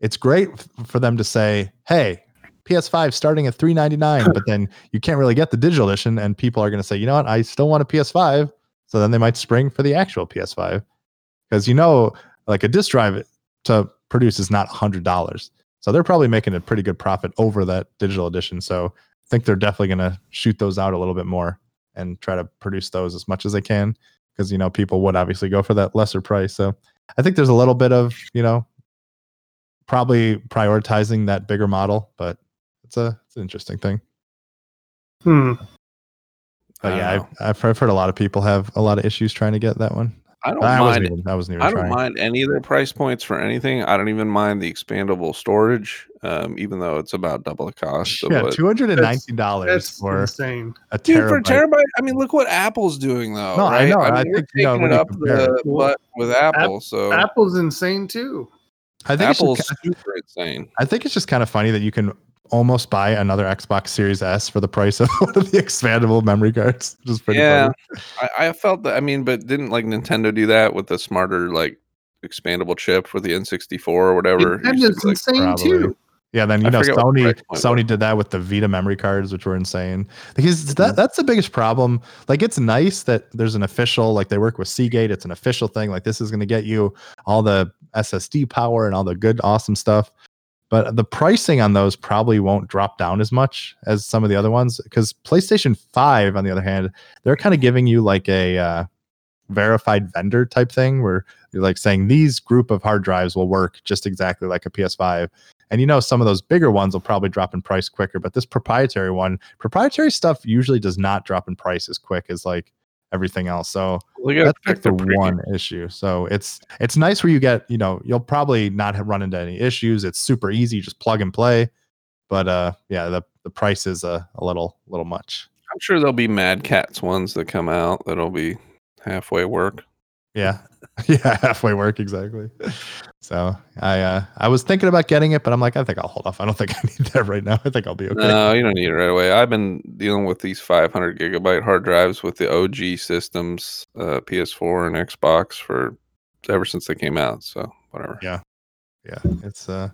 it's great f- for them to say, hey. PS5 starting at 399 but then you can't really get the digital edition and people are going to say, "You know what? I still want a PS5." So then they might spring for the actual PS5. Cuz you know like a disk drive to produce is not $100. So they're probably making a pretty good profit over that digital edition. So I think they're definitely going to shoot those out a little bit more and try to produce those as much as they can because you know people would obviously go for that lesser price. So I think there's a little bit of, you know, probably prioritizing that bigger model, but it's a it's an interesting thing. Hmm. But I yeah, don't, know. I've, I've, I've heard a lot of people have a lot of issues trying to get that one. I don't I wasn't mind. even I wasn't even I don't trying. mind any of their price points for anything. I don't even mind the expandable storage, um, even though it's about double the cost. Of Yeah, what, two hundred and nineteen dollars That's for insane. a Dude, for terabyte. terabyte, I mean, look what Apple's doing though. No, I right? know, and I mean, we're think, you know, taking when it you up compare the butt with Apple. so Apple's insane too. I think it's Apple's just- super insane. I think it's just kind of funny that you can almost buy another Xbox Series S for the price of one of the expandable memory cards, which is pretty yeah, funny. I, I felt that. I mean, but didn't like Nintendo do that with the smarter like expandable chip for the N64 or whatever? It used to Nintendo's be, like, insane probably. too. Yeah, then you I know forget what the Sony price point Sony did that with the Vita memory cards, which were insane. Because Mm-hmm. that that's the biggest problem. Like it's nice that there's an official, like they work with Seagate, it's an official thing. Like this is gonna get you all the SSD power and all the good, awesome stuff. But the pricing on those probably won't drop down as much as some of the other ones. Because PlayStation 5, on the other hand, they're kind of giving you like a uh, verified vendor type thing where you're like saying these group of hard drives will work just exactly like a PS5. And you know, some of those bigger ones will probably drop in price quicker, but this proprietary one, proprietary stuff usually does not drop in price as quick as like everything else. So Look at that's like the one issue. So it's it's nice where you get you know you'll probably not have run into any issues. It's super easy, just plug and play. But uh, yeah, the the price is a, a little little much. I'm sure there'll be Mad Cats ones that come out that'll be halfway work. Yeah, yeah, halfway work exactly. So I uh, I was thinking about getting it, but I'm like I think I'll hold off. I don't think I need that right now. I think I'll be okay. No, you don't need it right away. I've been dealing with these 500 gigabyte hard drives with the OG systems, uh, PS4 and Xbox for ever since they came out. So whatever. Yeah, it's uh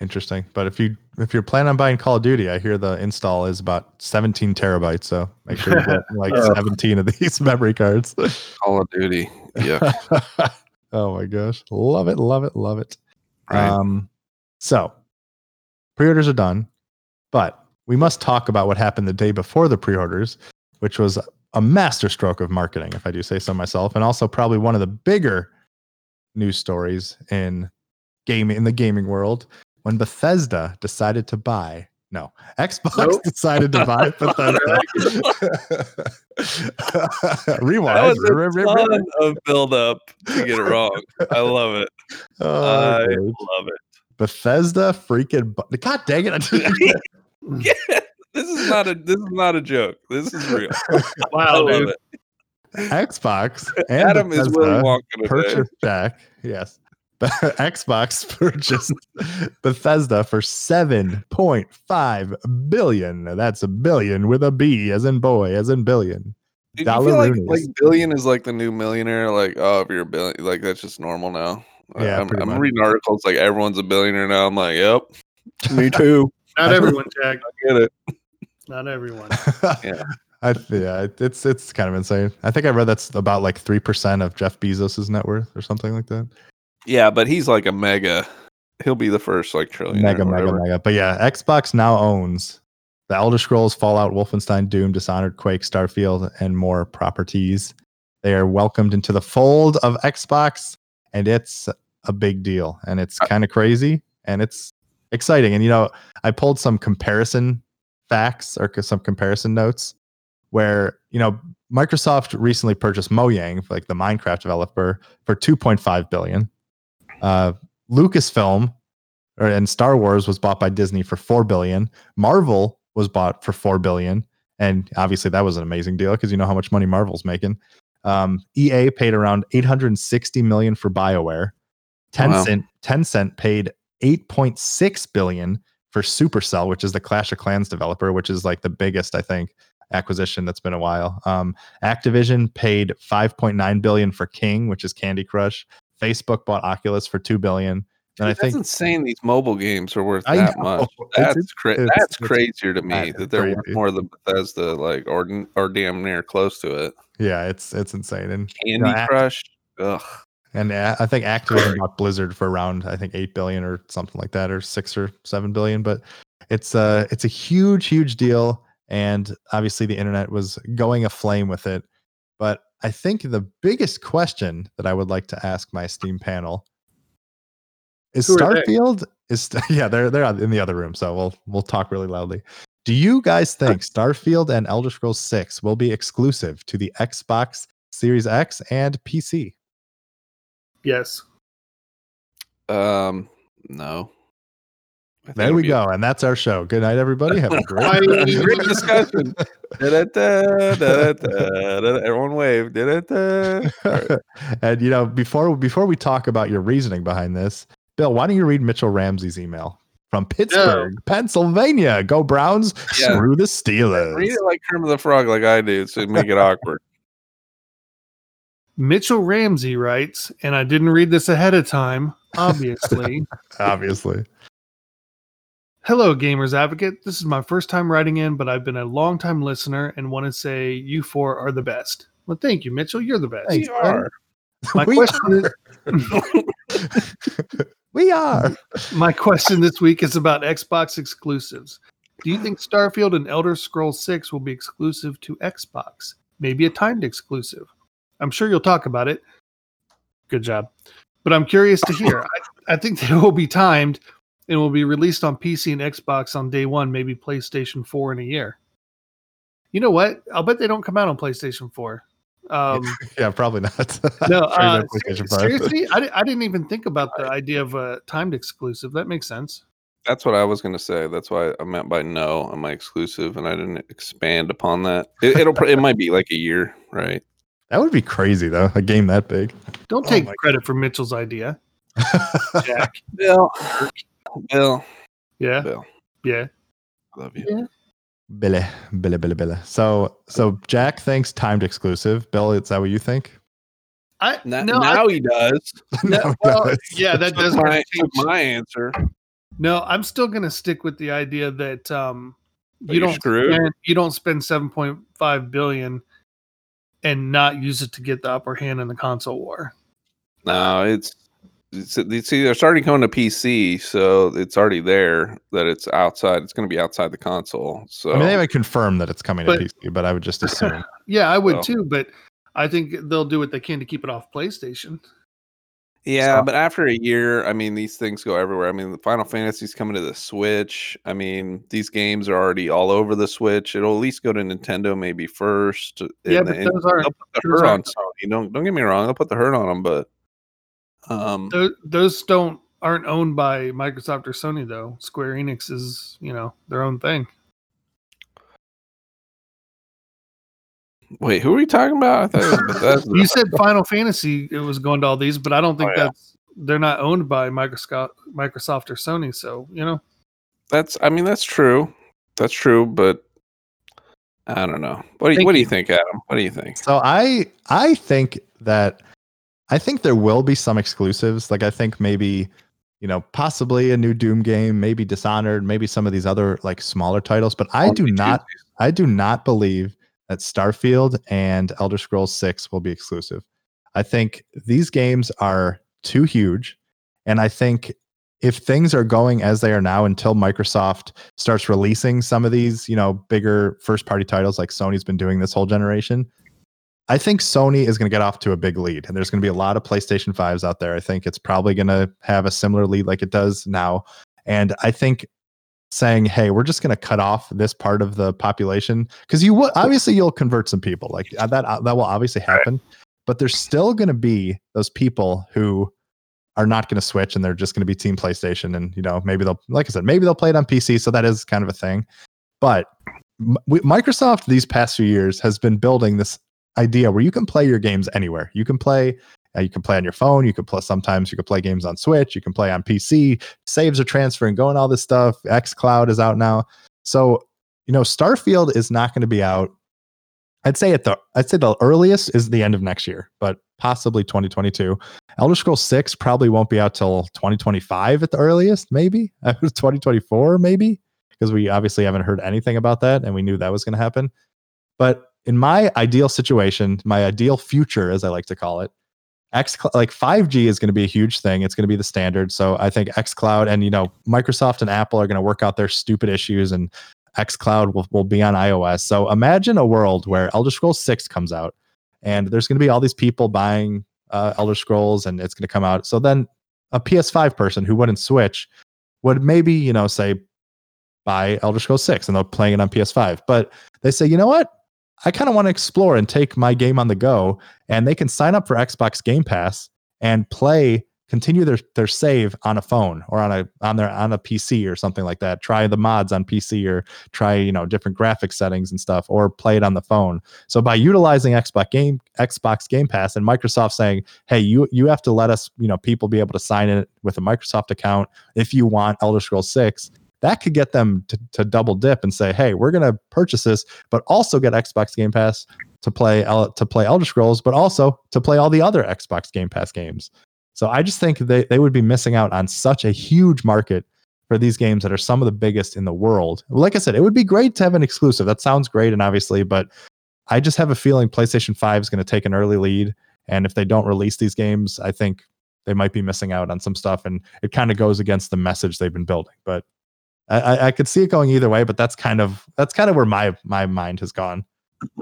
interesting. But if you if you're planning on buying Call of Duty, I hear the install is about 17 terabytes. So make sure you get like 17 of these memory cards. Call of Duty. Yeah. oh my gosh. Love it, love it, love it. Right. Um so pre-orders are done, but we must talk about what happened the day before the pre-orders, which was a masterstroke of marketing, if I do say so myself, and also probably one of the bigger news stories in gaming in the gaming world when Bethesda decided to buy no Xbox Nope. decided to buy Bethesda. Rewind. Re- re- re- of build up to get it wrong. I love it. Oh, I great. love it. Bethesda freaking bu- God dang it! I didn't get This is not a this is not a joke. This is real. I Wow, love dude. it. Xbox and Adam Bethesda is Willy Wonka today. purchased back. Yes, Xbox purchased Bethesda for seven point five billion. That's a billion with a B, as in boy, as in billion. Did you Dollar feel like, Roonies. like billion is like the new millionaire? Like, oh, if you're a billion, like that's just normal now. I- Yeah, I'm, pretty I'm much. reading articles like everyone's a billionaire now. I'm like, yep, me too. Not everyone, Jack. Get it? Not everyone. Yeah. I, yeah, it's it's kind of insane. I think I read that's about like three percent of Jeff Bezos's net worth or something like that. Yeah, but he's like a mega. He'll be the first like trillion. mega, mega, mega. But yeah, Xbox now owns the Elder Scrolls, Fallout, Wolfenstein, Doom, Dishonored, Quake, Starfield, and more properties. They are welcomed into the fold of Xbox, and it's a big deal. And it's Uh, kind of crazy and it's exciting. And you know, I pulled some comparison facts or c- some comparison notes where, you know, Microsoft recently purchased Mojang, like the Minecraft developer, for 2.5 billion. Uh, Lucasfilm or, and Star Wars was bought by Disney for 4 billion. Marvel was bought for 4 billion. And obviously that was an amazing deal because you know how much money Marvel's making. Um, EA paid around 860 million for BioWare. Wow. Tencent Tencent paid 8.6 billion for Supercell, which is the Clash of Clans developer, which is like the biggest, I think, acquisition that's been a while. Um, Activision paid 5.9 billion for King, which is Candy Crush. Facebook bought Oculus for 2 billion. And I that's think insane. These mobile games are worth I that know. much. It's- That's it's- cra- it's- that's it's crazier to me kinda that they're worth crazy. more than Bethesda, like or n- or damn near close to it. yeah, it's it's insane. And Candy I- Crush. Ugh. and a- I think Activision Sorry. bought Blizzard for around I think 8 billion or something like that or 6 or 7 billion, but it's a it's a huge huge deal and obviously the internet was going aflame with it. But I think the biggest question that I would like to ask my Steam panel is Who are they? Starfield is yeah, they're they're in the other room, so we'll we'll talk really loudly. Do you guys think Starfield and Elder Scrolls 6 will be exclusive to the Xbox Series X and PC? Yes. Um, no. I think There it'll we be- go. And that's our show. Good night, everybody. Have a Bye. great Great discussion. Da-da-da, da-da-da, da-da- Everyone wave. Da-da-da. All right. and you know, before before we talk about your reasoning behind this, Bill, why don't you read Mitchell Ramsey's email from Pittsburgh, Pennsylvania? Go Browns, Yeah. screw the Steelers. Read it like Kermit the Frog, like I do, so make it awkward. Mitchell Ramsey writes, and I didn't read this ahead of time, obviously. Obviously. Hello, Gamers Advocate. This is my first time writing in, but I've been a longtime listener and want to say you four are the best. Well, thank you, Mitchell. You're the best. Thanks, We are. My we, question is we are. My question this week is about Xbox exclusives. Do you think Starfield and Elder Scrolls 6 will be exclusive to Xbox? Maybe a timed exclusive. I'm sure you'll talk about it. Good job. But I'm curious to hear. I, I think they will be timed and will be released on PC and Xbox on day one, maybe PlayStation 4 in a year. You know what? I'll bet they don't come out on PlayStation 4. Um, Yeah, probably not. no, Sure, uh, no PlayStation ser- five. seriously, I, di- I didn't even think about the idea of a timed exclusive. That makes sense. That's what I was going to say. That's why I meant by no on my exclusive, and I didn't expand upon that. It, it'll pr- it might be like a year, right? That would be crazy though. A game that big. Don't Oh take my credit for Mitchell's idea, Jack. Bill, Bill, yeah, Bill, yeah. I love you. Billy, Billy, Billy, Billy. So so Jack thinks timed exclusive. Bill, is that what you think? I Now, no, I- now he does. No, well, it's- yeah, that does kinda my, change. my answer. No, I'm still gonna stick with the idea that um, But you you're don't screwed. spend, you don't spend 7.5 billion and not use it to get the upper hand in the console war. No, it's, it's it's see, it's already coming to PC, so it's already there that it's outside. It's going to be outside the console. So I mean, they haven't confirmed that it's coming But- to PC, but I would just assume. Yeah, I would Well. too, but I think they'll do what they can to keep it off PlayStation. yeah, so- but after a year, I mean, these things go everywhere. I mean, the Final Fantasy's coming to the Switch. I mean, these games are already all over the Switch. It'll at least go to Nintendo maybe first. and yeah, but then- those aren't they'll put the those hurt on aren't- Sony. Don't don't get me wrong. They'll put the hurt on them, but um, those, those don't aren't owned by Microsoft or Sony though. Square Enix is you know their own thing. wait, who are we talking about? I thought it was Bethesda. You said Final Fantasy it was going to all these, but I don't think Oh, yeah. that's they're not owned by Microsoft, Microsoft or Sony. So you know, That's I mean that's true. That's true, but I don't know. What do you, Thank what do you. you think, Adam? What do you think? So I I think that I think there will be some exclusives. Like I think maybe you know possibly a new Doom game, maybe Dishonored, maybe some of these other like smaller titles. But I do not I do not believe that Starfield and Elder Scrolls 6 will be exclusive. I think these games are too huge. And I think if things are going as they are now until Microsoft starts releasing some of these, you know, bigger first party titles like Sony's been doing this whole generation, I think Sony is going to get off to a big lead. And there's going to be a lot of PlayStation 5s out there. I think it's probably going to have a similar lead like it does now. And I think saying, "Hey, we're just going to cut off this part of the population," because you would obviously you'll convert some people. Like uh, that uh, that will obviously happen, but there's still going to be those people who are not going to switch and they're just going to be Team PlayStation. And you know, maybe they'll, like I said, maybe they'll play it on PC. So that is kind of a thing. But M- we- Microsoft these past few years has been building this idea where you can play your games anywhere. You can play. uh, You can play on your phone. You can play. Sometimes you can play games on Switch. You can play on PC saves are transferring, going all this stuff. xCloud is out now. So, you know, Starfield is not going to be out. I'd say at the I'd say the earliest is the end of next year, but possibly 2022. Elder Scrolls 6 probably won't be out till 2025 at the earliest, maybe. 2024 maybe, because we obviously haven't heard anything about that and we knew that was going to happen. But in my ideal situation, my ideal future as I like to call it, X like 5G is going to be a huge thing. It's going to be the standard. So I think XCloud and you know Microsoft and Apple are going to work out their stupid issues, and XCloud will will be on iOS. So imagine a world where Elder Scrolls Six comes out, and there's going to be all these people buying uh, Elder Scrolls, and it's going to come out. So then a PS5 person who wouldn't switch would maybe you know say buy Elder Scrolls Six, and they're playing it on PS5. But they say, you know what? I kind of want to explore and take my game on the go and they can sign up for Xbox Game Pass and play continue their their save on a phone or on a on their on a PC or something like that. Try the mods on PC or try, you know, different graphic settings and stuff or play it on the phone. So by utilizing Xbox Game Xbox Game Pass and Microsoft saying, "Hey, you you have to let us, you know, people be able to sign in with a Microsoft account if you want Elder Scrolls 6." That could get them to, to double dip and say, "Hey, we're going to purchase this, but also get Xbox Game Pass to play El- to play Elder Scrolls, but also to play all the other Xbox Game Pass games. So I just think they, they would be missing out on such a huge market for these games that are some of the biggest in the world. Like I said, it would be great to have an exclusive. That sounds great and obviously, but I just have a feeling PlayStation 5 is going to take an early lead. And if they don't release these games, I think they might be missing out on some stuff. And it kind of goes against the message they've been building. But I, I, I could see it going either way, but that's kind of that's kind of where my my mind has gone.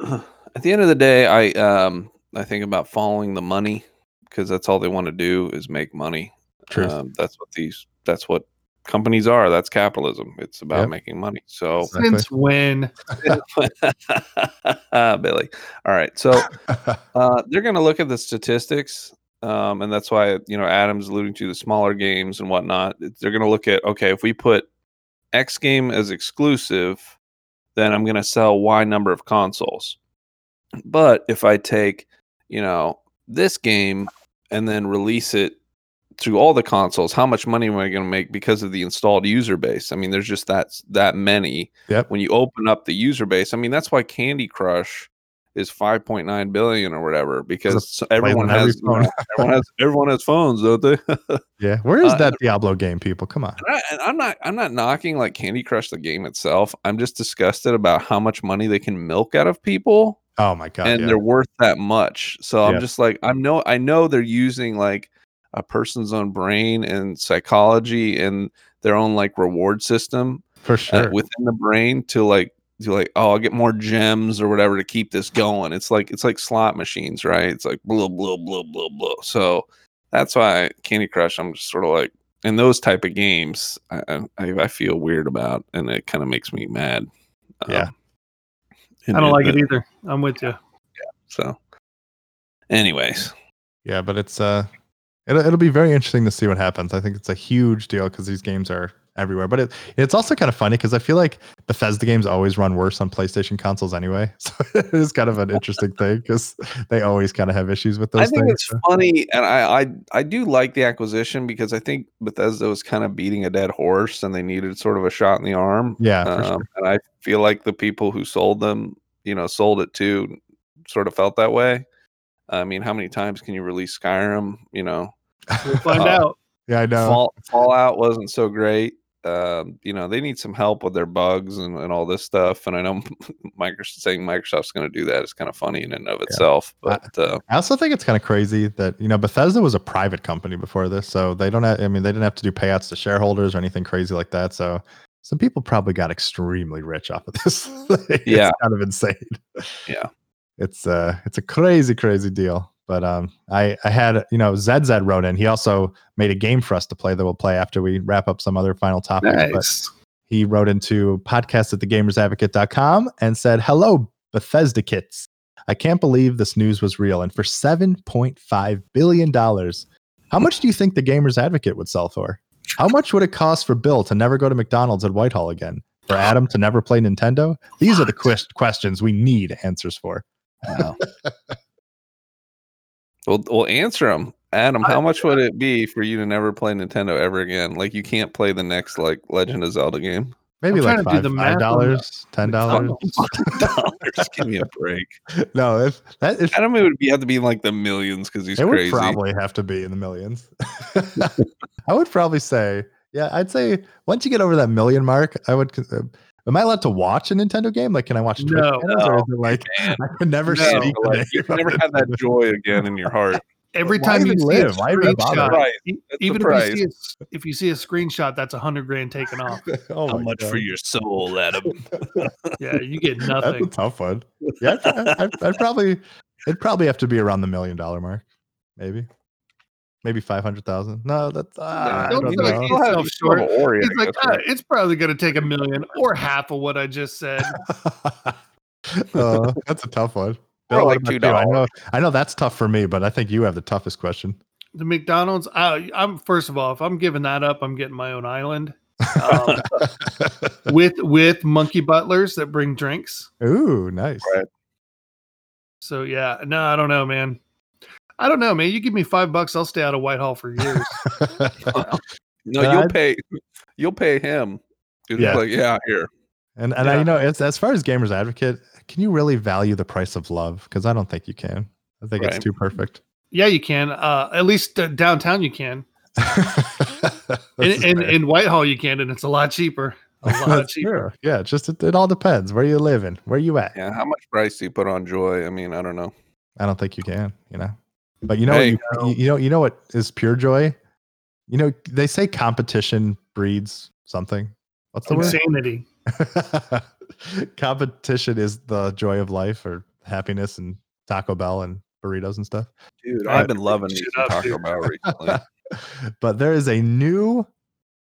At the end of the day, I um I think about following the money because that's all they want to do is make money. Um, that's what these that's what companies are. That's capitalism. It's about Yep. making money. So Exactly. Since when? Billy. All right. So uh, they're going to look at the statistics, um, and that's why you know Adam's alluding to the smaller games and whatnot. They're going to look at okay, if we put X game as exclusive, then I'm going to sell Y number of consoles. But if I take you know this game and then release it to all the consoles, how much money am I going to make because of the installed user base? I mean, there's just that that many Yep. when you open up the user base. I mean, that's why Candy Crush is 5.9 billion or whatever because everyone on every has, phone. everyone has everyone has phones, don't they? and, Yeah, where is Uh, that Diablo game, people? Come on. I, and I'm not I'm not knocking like Candy Crush the game itself. I'm just disgusted about how much money they can milk out of people Oh my god. and yeah. they're worth that much. So Yeah. I'm just like, I know, I know they're using like a person's own brain and psychology and their own like reward system for uh, sure. within the brain to like to like oh I'll get more gems or whatever to keep this going. It's like it's like slot machines, right? It's like blah blah blah blah blah. So that's why Candy Crush, I'm just sort of like in those type of games, I I, I feel weird about, and it kind of makes me mad. Yeah. and- I don't and like it e-, the- either. I'm with you. So, anyways, yeah, but it's uh, it'll it'll be very interesting to see what happens. I think it's a huge deal because these games are everywhere. But it it's also kind of funny because I feel like Bethesda games always run worse on PlayStation consoles anyway. So it is kind of an interesting thing because they always kind of have issues with those I think things. it's funny, and I, I I do like the acquisition because I think Bethesda was kind of beating a dead horse, and they needed sort of a shot in the arm. yeah, for um, sure. and I feel like the people who sold them you know sold it to sort of felt that way. I mean, how many times can you release Skyrim? You know, We'll find Uh, out. Yeah, I know. Fall, Fallout wasn't so great. Um, you know, they need some help with their bugs and, and all this stuff. And I know Microsoft saying Microsoft's going to do that is kind of funny in and of itself. But uh, I also think it's kind of crazy that you know Bethesda was a private company before this, so they don't. Have, I mean, they didn't have to do payouts to shareholders or anything crazy like that. So some people probably got extremely rich off of this. thing. Yeah. it's kind of insane. Yeah. it's uh it's a crazy, crazy deal. But um, I I had you know ZZ wrote in. He also made a game for us to play that we'll play after we wrap up some other final topics. But Nice. he wrote into podcast at thegamersadvocate.com and said, Hello, Bethesda kits. I can't believe this news was real. And for $7.5 billion, how much do you think the Gamers Advocate would sell for? How much would it cost for Bill to never go to McDonald's at Whitehall again? For Adam to never play Nintendo? These are the quest- questions we need answers for. we'll, we'll answer them. Adam, I- how much would it be for you to never play Nintendo ever again? Like, you can't play the next, like, Legend of Zelda game. Maybe I'm like trying to do five, the five math on the- dollars, ten dollars. Dollars, Give me a break. No, if that if Adam, it would be, have to be in, like, the millions because he's it crazy. would probably have to be in the millions. I would probably say, yeah, I'd say once you get over that million mark, I would. con- uh, Am I allowed to watch a Nintendo game? Like, can I watch Twitch No. channels, or is it like man. I can never No, sneak the like, name you've of never had that Nintendo. joy again in your heart. Every Why time you even see live? a Why even bother? screenshot, Right. e- That's the even if price. you, see a, s- if you see a screenshot, that's a hundred grand taken off. Oh my God. your soul, Adam? Yeah, you get That's a nothing. tough one. Yeah, I'd, I'd- I'd probably it'd probably have to be around the million dollar mark, maybe, maybe five hundred thousand. No, that's uh, I don't don't feel like know. you- yourself short. Ori, It's I like guess, "Ah, right? it's probably going to take a million or half of what I just said. Uh, that's a tough one. Or Bill, what like about you? I $2. know, I know that's tough for me, but I think you have the toughest question. The McDonald's. I, I'm first of all, if I'm giving that up, I'm getting my own island um, with with monkey butlers that bring drinks. Ooh, nice. Right. So yeah, no, I don't know, man. I don't know, man. You give me five bucks, I'll stay out of Whitehall for years. no, But you'll I'd- pay. You'll pay him. It's Yeah. like, yeah, here. and and I, Yeah. you know, as, as far as gamers advocate, can you really value the price of love? Because I don't think you can. I think Right. it's too perfect. yeah, you can. Uh, at least uh, downtown, you can. In, in, in Whitehall, you can, and it's a lot cheaper. A lot cheaper. Sure. Yeah, just it, it all depends where you live and where you at. Yeah, how much price do you put on joy? I mean, I don't know. I don't think you can, you know. But you know, Hey. what you, you know, you know what is pure joy. You know, they say competition breeds something. What's the word? Insanity. competition is the joy of life or happiness and Taco Bell and burritos and stuff. Dude, Right. I've been loving me Shit some up, Taco dude. Bell recently. but there is a new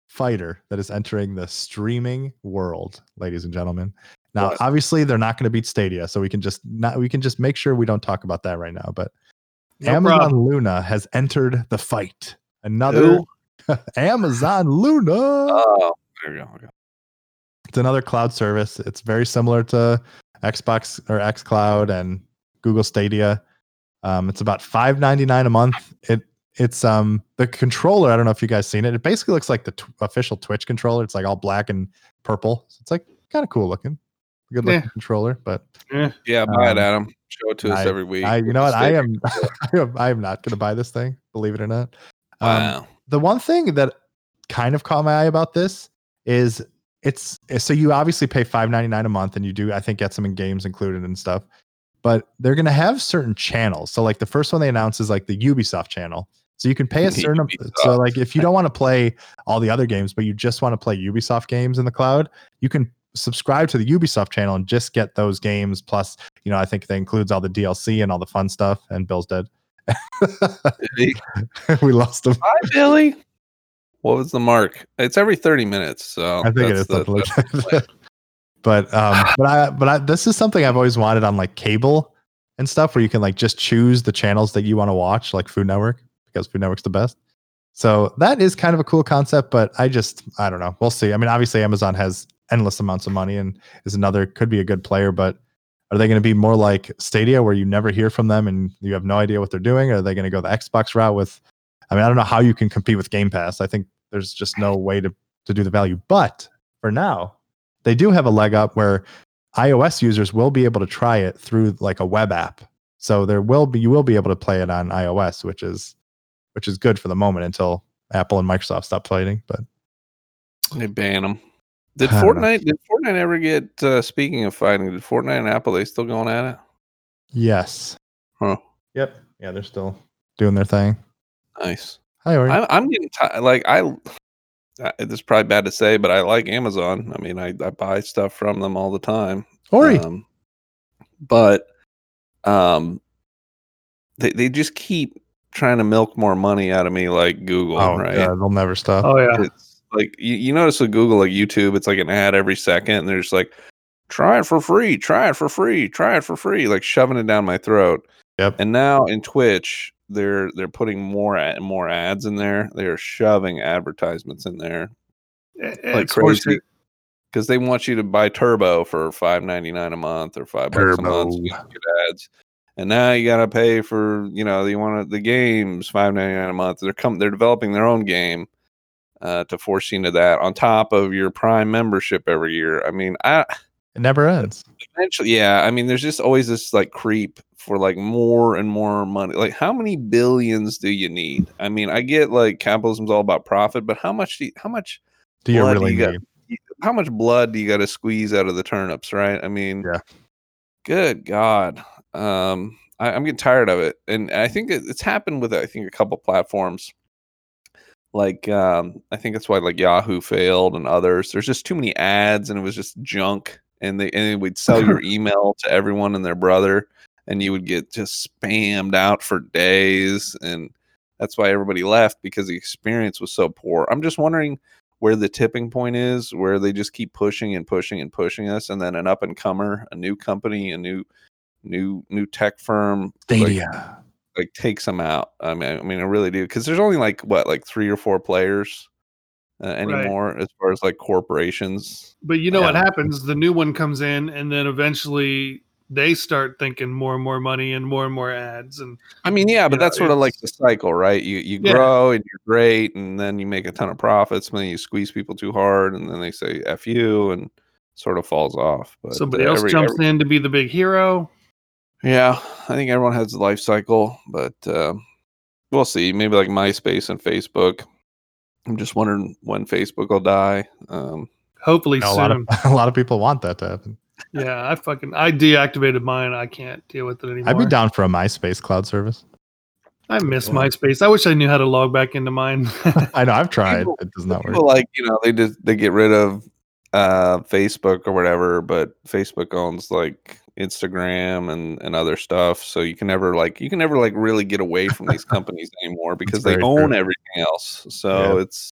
fighter that is entering the streaming world, ladies and gentlemen. Now, What? obviously, they're not going to beat Stadia, so we can just not we can just make sure we don't talk about that right now. But No Amazon problem. Luna has entered the fight. Another Amazon Luna. Oh, there we go. Okay. it's another cloud service. It's very similar to Xbox or XCloud and Google Stadia. Um, it's about five ninety nine a month. It it's um the controller. I don't know if you guys seen it. It basically looks like the tw- official Twitch controller. It's like all black and purple. It's like kind of cool looking, good looking Yeah. controller. But Yeah, buy Um, it, Adam. Show it to us I- every week. I, you know what, I Steak. am, I am I am not going to buy this thing. Believe it or not. Um, Wow. the one thing that kind of caught my eye about this is it's eh, so you obviously pay five ninety nine a month and you do I think get some games included and stuff, but they're gonna have certain channels. So like the first one they announced is like the Ubisoft channel. So you can pay a certain so Ubisoft. like if you don't want to play all the other games but you just want to play Ubisoft games in the cloud, you can subscribe to the Ubisoft channel and just get those games plus you know I think that includes all the DLC and all the fun stuff and Bill's dead. we lost him. Hi, Billy. What was the mark? It's every 30 minutes. So I think it that's is the- something like that's that. the plan. but um, but I but I, this is something I've always wanted on like cable and stuff where you can like just choose the channels that you want to watch, like Food Network because Food Network's the best. So that is kind of a cool concept, but I just I don't know. We'll see. I mean, obviously Amazon has endless amounts of money and is another could be a good player, but are they going to be more like Stadia where you never hear from them and you have no idea what they're doing? Or are they going to go the Xbox route with? I mean, I don't know how you can compete with Game Pass. I think there's just no way to to do the value, but for now, they do have a leg up where iOS users will be able to try it through like a web app. So there will be you will be able to play it on iOS, which is which is good for the moment until Apple and Microsoft stop fighting. But They ban them. Did I don't know. Fortnite? Did Fortnite ever get? Uh, speaking of fighting, did Fortnite and Apple? They still going at it? yes. Huh. Yep. Yeah, they're still doing their thing. Nice. Hi, Ori. I'm, I'm getting ti Like I, I- this is probably bad to say, but I like Amazon. I mean, I, I buy stuff from them all the time. Ori. Um, but um, they they just keep trying to milk more money out of me, like Google, oh, right? yeah, they'll never stop. Oh yeah, It's like you, you notice with Google, like YouTube, it's like an ad every second, and they're just like, try it for free, try it for free, try it for free, like shoving it down my throat. Yep. And now in Twitch, they're they're putting more ad, more ads in there. They are shoving advertisements in there like It's horse crazy because they want you to buy Turbo for five ninety nine a month or five bucks a month. so you Turbo. can get ads. And now you gotta pay for you know you want the games five ninety nine a month. They're come they're developing their own game uh, to force you into that on top of your Prime membership every year. I mean, I It never ends. eventually yeah. I mean, there's just always this like creep for like more and more money. Like, how many billions do you need? I mean, I get like capitalism's all about profit, but how much? Do you, how much? Do you Bloody really go- need? how much blood do you got to squeeze out of the turnips, right? I mean, Yeah. Good God, um, I, I'm getting tired of it, and I think it, it's happened with I think a couple platforms. Like um, I think that's why like Yahoo failed and others. There's just too many ads, and it was just junk. And they and we'd sell your email to everyone and their brother, and you would get just spammed out for days. And that's why everybody left because the experience was so poor. I'm just wondering where the tipping point is, where they just keep pushing and pushing and pushing us, and then an up and comer, a new company, a new new new tech firm, like- Stadia. like, takes them out. I mean, I mean, I really do because there's only like what like three or four players uh, anymore as far as like corporations. But you know what Yeah. happens? The new one comes in, and then eventually they start thinking more and more money and more and more ads. And I mean, yeah, but Yeah, that's sort of like the cycle, right? You you Yeah. grow and you're great, and then you make a ton of profits, and then you squeeze people too hard, and then they say "f you" and sort of falls off. But uh, somebody else every- jumps in to be the big hero. Yeah, I think everyone has a life cycle, but uh, we'll see. Maybe like MySpace and Facebook. I'm just wondering when Facebook will die. Um, Hopefully No, a lot soon. of a lot of people want that to happen. yeah, I fucking I deactivated mine. I can't deal with it anymore. I'd be down for a MySpace cloud service. I miss MySpace. I wish I knew how to log back into mine. I know I've tried. People- it does not work. people like you know they just they get rid of uh, Facebook or whatever, but Facebook owns like Instagram and and other stuff, so you can never like you can never like really get away from these companies anymore because they very own true. everything else. So it's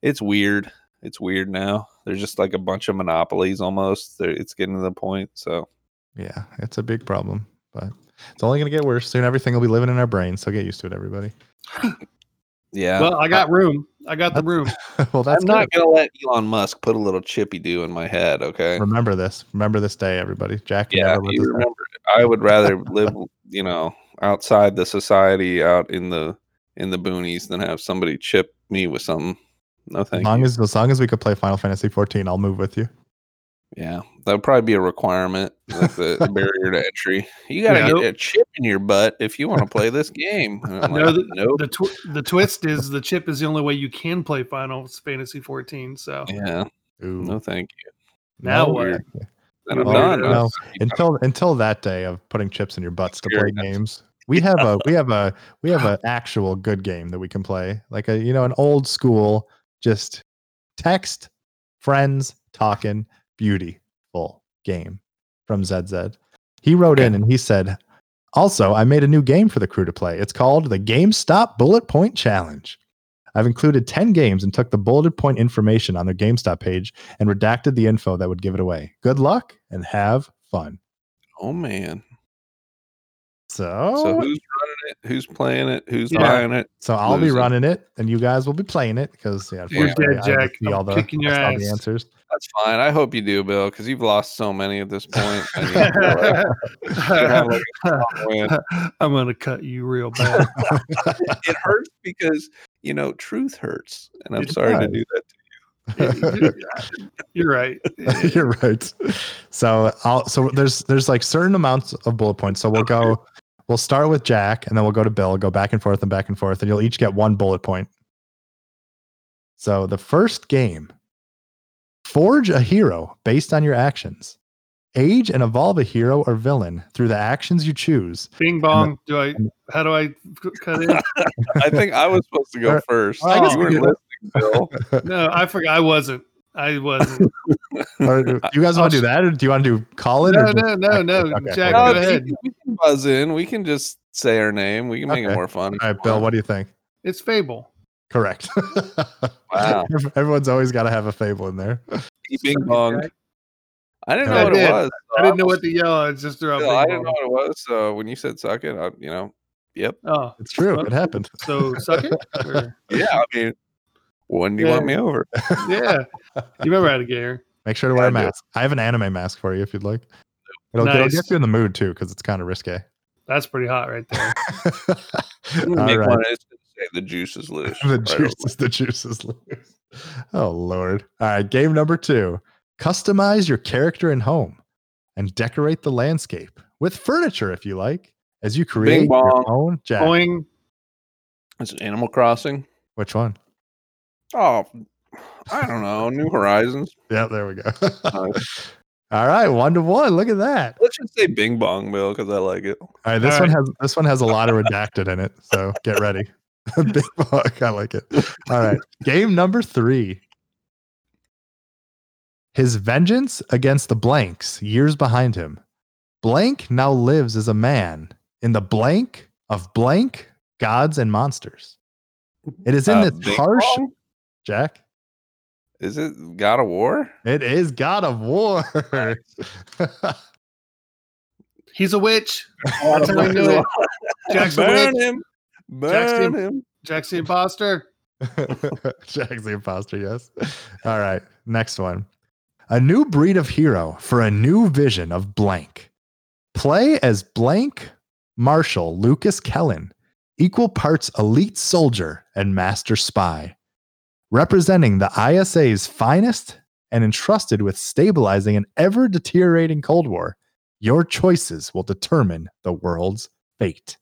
it's weird. It's weird now. There's just like a bunch of monopolies almost. They're, it's getting to the point. So Yeah, it's a big problem, but it's only going to get worse soon. Everything will be living in our brains, so get used to it, everybody. yeah, well, I got room. I got the room. well, I'm that's not not. gonna let Elon Musk put a little chippy do in my head. Okay. Remember this. Remember this day, everybody. Jack. yeah, never let you this remember it. I would rather live, you know, outside the society, out in the in the boonies, than have somebody chip me with something. happen. No As thank long you. as as long as we could play Final Fantasy 14, I'll move with you. yeah, that would probably be a requirement, like the the barrier to entry. You got to Yeah. get a chip in your butt if you want to play this game. And I'm No, like, the- nope. The tw- the twist is the chip is the only way you can play Final Fantasy 14. So yeah, Ooh, no, thank you. Now what? thank you. Then I'm No, done. Mm. no. I'm- Until until that day of putting chips in your butts to play Scared. games. We have a we have a we have an actual good game that we can play. Like a you know an old school just text friends talking beautiful game from ZZ. He wrote in and he said, Also, I made a new game for the crew to play. It's called the GameStop Bullet Point Challenge. I've included 10 games and took the bulleted point information on their GameStop page and redacted the info that would give it away. Good luck and have fun. Oh man. So, So so, who's running it? Who's playing it? Who's Yeah. buying it? I'll be losing. running it and you guys will be playing it because yeah, You're unfortunately, dead, I have to Jack. see I'm all the, kicking your all the ass. answers. That's fine. I hope you do, Bill, because you've lost so many at this point. I need to, like, have, like, win. I'm gonna cut you real bad. it hurts because you know truth hurts, and I'm It sorry to does. do that. You're, you're right. You're right. So I'll so there's there's like certain amounts of bullet points. So we'll go we'll start with Jack and then we'll go to Bill, go back and forth and back and forth, and you'll each get one bullet point. So the first game. Forge a hero based on your actions. Age and evolve a hero or villain through the actions you choose. Bing bong. Do I? How do I c- cut in? I think I was supposed to go first. I guess you we weren't could- listening, Bill. No, I forgot. I wasn't. I wasn't. Or do you guys want to do that, or do you want to do Colin? No, or just- no, no, no. Okay, Jack, cool. No, go it's ahead. easy. Uh, We can buzz in. We can just say our name. We can make Okay. it more fun. All right, Bill, what do you think? It's Fable. Correct. Wow. Everyone's always got to have a fable in there. Bing bong. I didn't know I what did. it was. so I didn't know what to yell. I just threw out. Bill, I didn't Bing know bong. what it was. So when you said suck it, I, you know, yep. Oh, It's true. It happened. so suck it. Or- Yeah, I mean, when do you want me over? yeah, you remember how to get here? Make sure to wear a Yeah, I do. mask. I have an anime mask for you if you'd like. It'll, it'll Nice. get you in the mood too because it's kind of risque. That's pretty hot right there. All Make right. one. It's gonna say the juice is loose. The right over. juice is the juice is loose. Oh lord. All right, game number 2. Customize your character and home and decorate the landscape with furniture if you like as you create bong. your own jack. Boing. It's Animal Crossing. Which one? Oh, I don't know. New Horizons. Yeah, there we go. Nice. All right, 1 to 1. Look at that. Let's just say Bing Bong Bill because I like it. All right, this All one has this one has a lot of redacted in it, so get ready. Big fuck, I like it. All right, game number three. His vengeance against the blanks years behind him. Blank now lives as a man in the blank of blank gods and monsters. It is in Uh, this Bing harsh Bong? Jack. Is it God of War? It is God of War. He's a witch. That's how I knew it. Jack's a Burn witch. him. Burn Jackson. him. Jack's the imposter. Jack's the imposter, yes. All right, next one. A new breed of hero for a new vision of blank. Play as blank Marshal Lucas Kellen, equal parts elite soldier and master spy, representing the ISA's finest and entrusted with stabilizing an ever deteriorating Cold War. Your choices will determine the world's fate.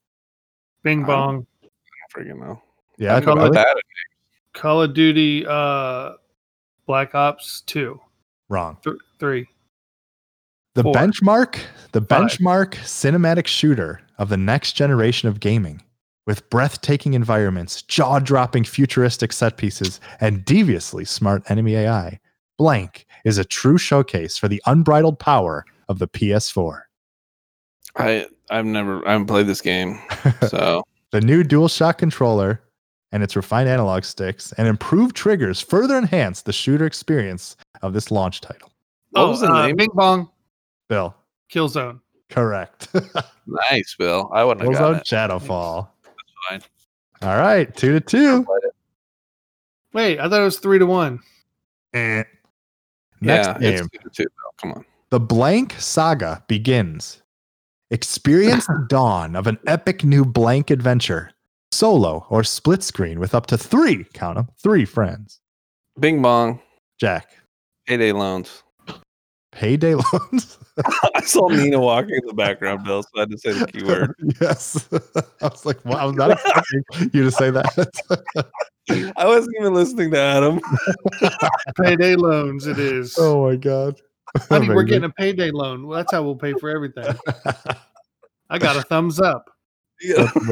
Bing Um, Uh-huh. bong. I freaking know. Yeah, I'm good Charlie? with that. Call of Duty. Uh, Black Ops Two, wrong. th- three. The Four. benchmark, the Five. benchmark cinematic shooter of the next generation of gaming, with breathtaking environments, jaw-dropping futuristic set pieces, and deviously smart enemy AI. Blank is a true showcase for the unbridled power of the PS4. I I've never I haven't played this game, so The new DualShock controller and its refined analog sticks and improved triggers further enhance the shooter experience of this launch title. What was the name? Oh, uh, Bing bong. Bill, Killzone. correct. nice, Bill. I wouldn't have gotten Killzone it. Shadowfall. That's All right, two to two. Wait, I thought it was three to one. Eh. Next Yeah, game. it's two to two, Bill. Come on. The blank saga begins. Experience the dawn of an epic new blank adventure, solo or split screen with up to three, count 'em, three friends. Bing Bong. Jack, Payday loans. payday loans. I saw Nina walking in the background, Bill, so I had to say the keyword. yes. I was like, wow, I was not expecting you to say that. I wasn't even listening to Adam. Payday loans. It is. oh my God. Honey, we're getting a payday loan. Well, that's how we'll pay for everything. I got a thumbs up. Yeah.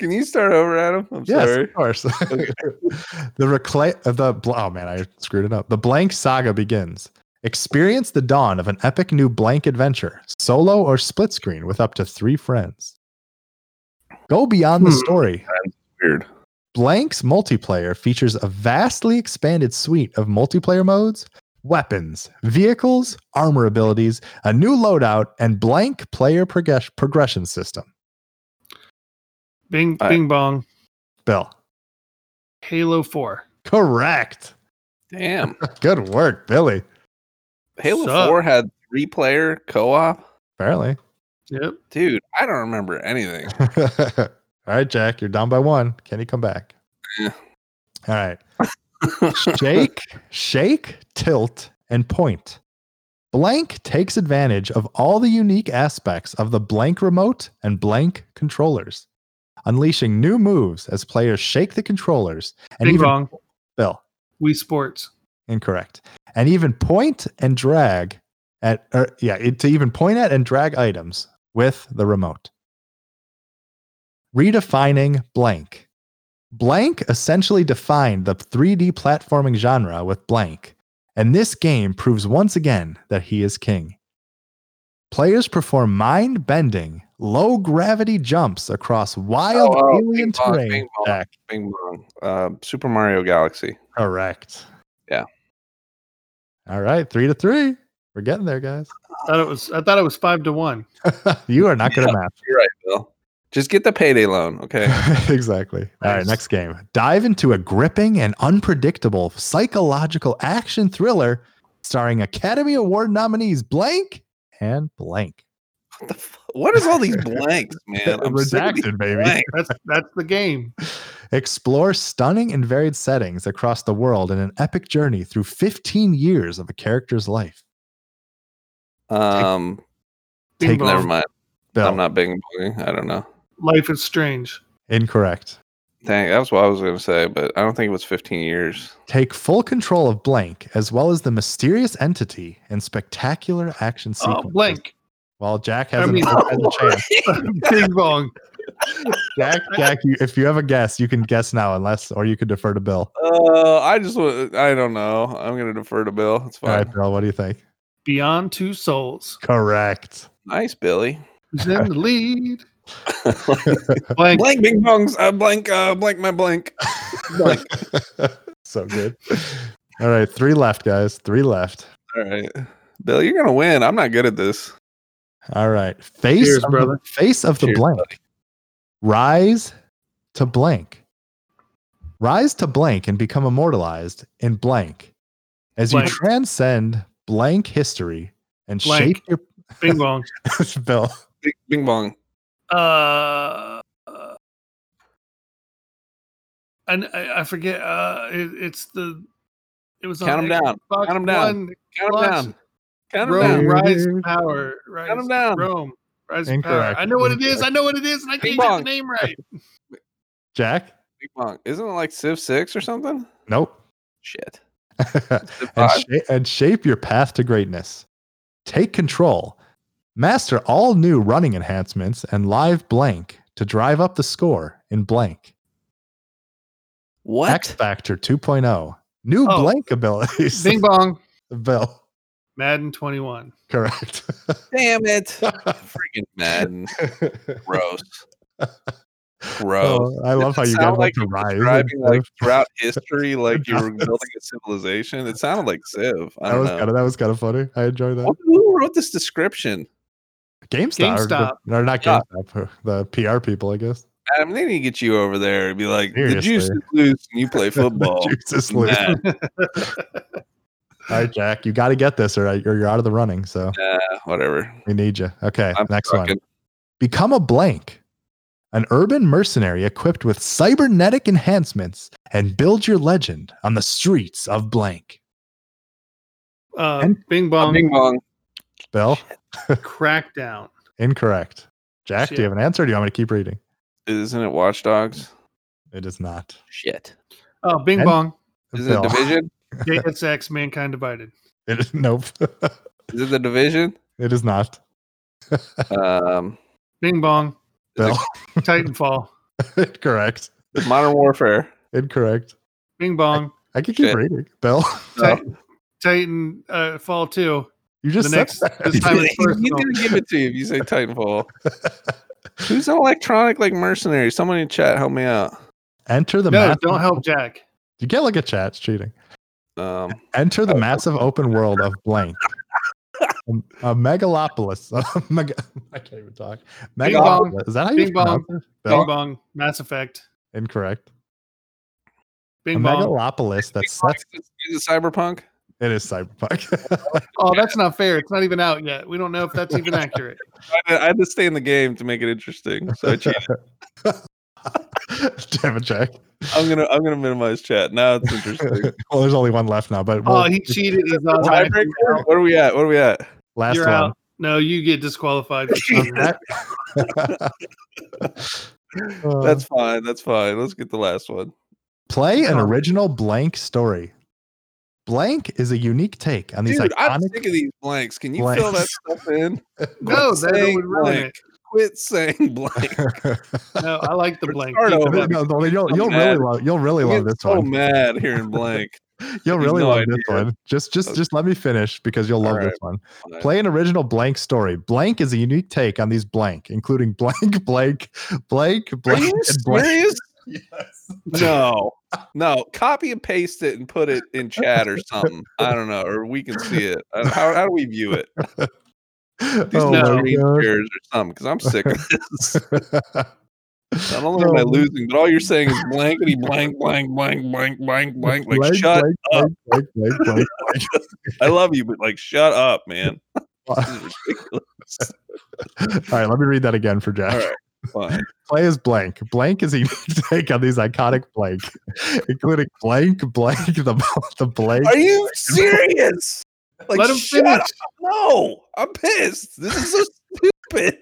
Can you start over, Adam? I'm Yes, sorry. of course. the recla- uh, the bl- oh man, I screwed it up. The blank saga begins. Experience the dawn of an epic new blank adventure, solo or split screen, with up to three friends. Go beyond the Hmm. story. Weird. Blank's multiplayer features a vastly expanded suite of multiplayer modes, weapons, vehicles, armor abilities, a new loadout, and blank player progress- progression system. Bing, I- bing, bong. Bill, Halo Four. correct. Damn. Good work, Billy. Halo Sup? 4 had three player co op. Apparently. Yep. Dude, I don't remember anything. All right, Jack, you're down by one. Can he come back? Yeah. All right. shake, shake, tilt, and point. Blank takes advantage of all the unique aspects of the blank remote and blank controllers, unleashing new moves as players shake the controllers and Bing even bong. Bill, Wii Sports. incorrect, and even point and drag at or yeah it, to even point at and drag items with the remote. Redefining blank. Blank essentially defined the 3D platforming genre with Blank, and this game proves once again that he is king. Players perform mind bending, low gravity jumps across wild Oh, oh, alien ping pong, terrain. ping pong. Jack, Bing bong. Uh, Super Mario Galaxy. correct. Yeah. All right, three to three. We're getting there, guys. I thought it was. I thought it was five to one. you are not good at math. You're right, Bill. Just get the payday loan, okay? exactly. All right, Nice. next game. Dive into a gripping and unpredictable psychological action thriller starring Academy Award nominees blank and blank. What, the fu- what is all these blanks, man? I'm sick of these Redacted, baby. blanks. That's that's the game. Explore stunning and varied settings across the world in an epic journey through 15 years of a character's life. Um, Bing Take- bong. never mind. Bill, I'm not bing bonging. I don't know. Life is strange. incorrect. Dang, that's what I was gonna say, but I don't think it was 15 years. Take full control of blank as well as the mysterious entity and spectacular action Oh, sequences. blank. While Jack has, I an- mean- oh, has a chance. Bing bong. Jack, Jack, you, if you have a guess, you can guess now, unless or you could defer to Bill. Uh, I just wa- I don't know. I'm gonna defer to Bill. It's All fine. right, Bill, what do you think? Beyond Two Souls. Correct. Nice, Billy. Who's in the lead? Blank. blank bing bongs. Uh, blank. Uh, blank my blank. Blank. so good. All right, three left, guys. Three left. All right, Bill, you're gonna win. I'm not good at this. All right. Face Cheers, of brother. the face of the Cheers, blank. Rise to blank. Rise to blank and become immortalized in blank. As Blank. you transcend blank history and Blank. shape your Bing bong. Bill. Bing, bing bong. Uh, uh, and I, I forget. Uh, it, it's the. It was Count on 'em down. Xbox Count 'em down. One. Count 'em Watch. down. Count 'em Rome, down. rise to power. Rise, Count 'em down. Rome, rise to power. Incorrect. I know what it is. I know what it is, and I Ping can't get the pong. name right. Jack? Bing bong. Isn't it like Civ Six or something? Nope. Shit. Civ and, five? sha- and shape your path to greatness. Take control. Master all new running enhancements and live blank to drive up the score in blank. What? X Factor 2.0. New Oh. blank abilities. Bing bong. Bill. Madden 21. Correct. Oh, Damn it! Freaking Madden. Gross. Gross. Oh, I love how you guys sound like like to rise. describing instead like of- throughout history, like you were does. building a civilization. It sounded like Civ. I that don't was know. kind of that was kind of funny. I enjoyed that. Who- Who wrote this description? GameStop, or the- or not Yeah. GameStop, the PR people, I guess. Adam, they need to get you over there and be like, the juice is Seriously. loose and you play The football. juice is loose. Nah, All right, Jack, you got to get this, or, or you're out of the running. So nah, whatever. we need you. Okay, I'm next one. fucking- Become a blank, an urban mercenary equipped with cybernetic enhancements, and build your legend on the streets of blank. Uh, And- Bing Oh, bong. Bing bong. Bill, Crackdown. incorrect. Jack, do you Shit. have an answer? Or do you want me to keep reading? Isn't it Watch Dogs? It is not. Shit. Oh, Bing And- bong. Is Bill. it Division? JSX. Mankind divided. It is, nope. Is it the Division? it is not. Um, Bing bong. is Bill, Titanfall. incorrect. it Modern Warfare? Incorrect. Bing bong. I can keep Shit. reading. Bill, No. Titan uh, Fall 2. you just The said next- that. this time- He's gonna give it to you if you say Titanfall. Who's an electronic like mercenary? Someone in chat, help me out. Enter the no, mass- don't help Jack. You can't look at chat. It's cheating. Um, Enter Oh. the massive open world of blank. Um, a, a megalopolis. a mega- I can't even talk. Bing bong. Megalopolis. Is that how you Bing bong. pronounce it? Bill? Bing bong. Mass Effect. Incorrect. Bing a bong. megalopolis that Cyberpunk, sets is it- is it cyberpunk? it is cyberpunk. Oh, that's not fair. It's not even out yet. We don't know if that's even accurate. I had, to, I had to stay in the game to make it interesting. So I cheated. Damn it, Jack. I'm gonna I'm gonna minimize chat. Now it's interesting. well, there's only one left now, but Oh, we'll- he cheated. He's not right. Tiebreaker? What are we at? What are we at? last You're one. out. No, you get disqualified. For cheating. Uh, That's fine. That's fine. Let's get the last one. play an Oh. original blank story. Blank is a unique take on these Dude, I'm iconic. sick of these blanks. Can you fill that Blanks. stuff in? no, that would ruin blank. it. Quit saying blank. No, I like the Let's blank. start Keep it over. up. No, no, you'll, I'm you'll really mad. love you'll really I love get this so one. mad here in blank. You'll have really no love this idea. one. Just just Okay. just let me finish because you'll All love right. this one. Play an original blank story. Blank is a unique take on these blank, including blank, blank, blank, Are you blank, and blank. serious? No, no. Copy and paste it and put it in chat or something. I don't know, or we can see it. Uh, How, how do we view it? These Oh no. my green God. chairs or something. Because I'm sick of this. Not only am I No. losing, but all you're saying is blankety blank blank blank blank blank blank. Like shut. blank, up. blank, blank, blank, I love you, but like shut up, man. This blank. is ridiculous. All right, let me read that again for Jack. All right, fine. Play is blank. Blank is a unique take on these iconic blank, including blank, blank, the the blank. Are you serious? Like Let him shut finish. up. No, I'm pissed. This is so stupid.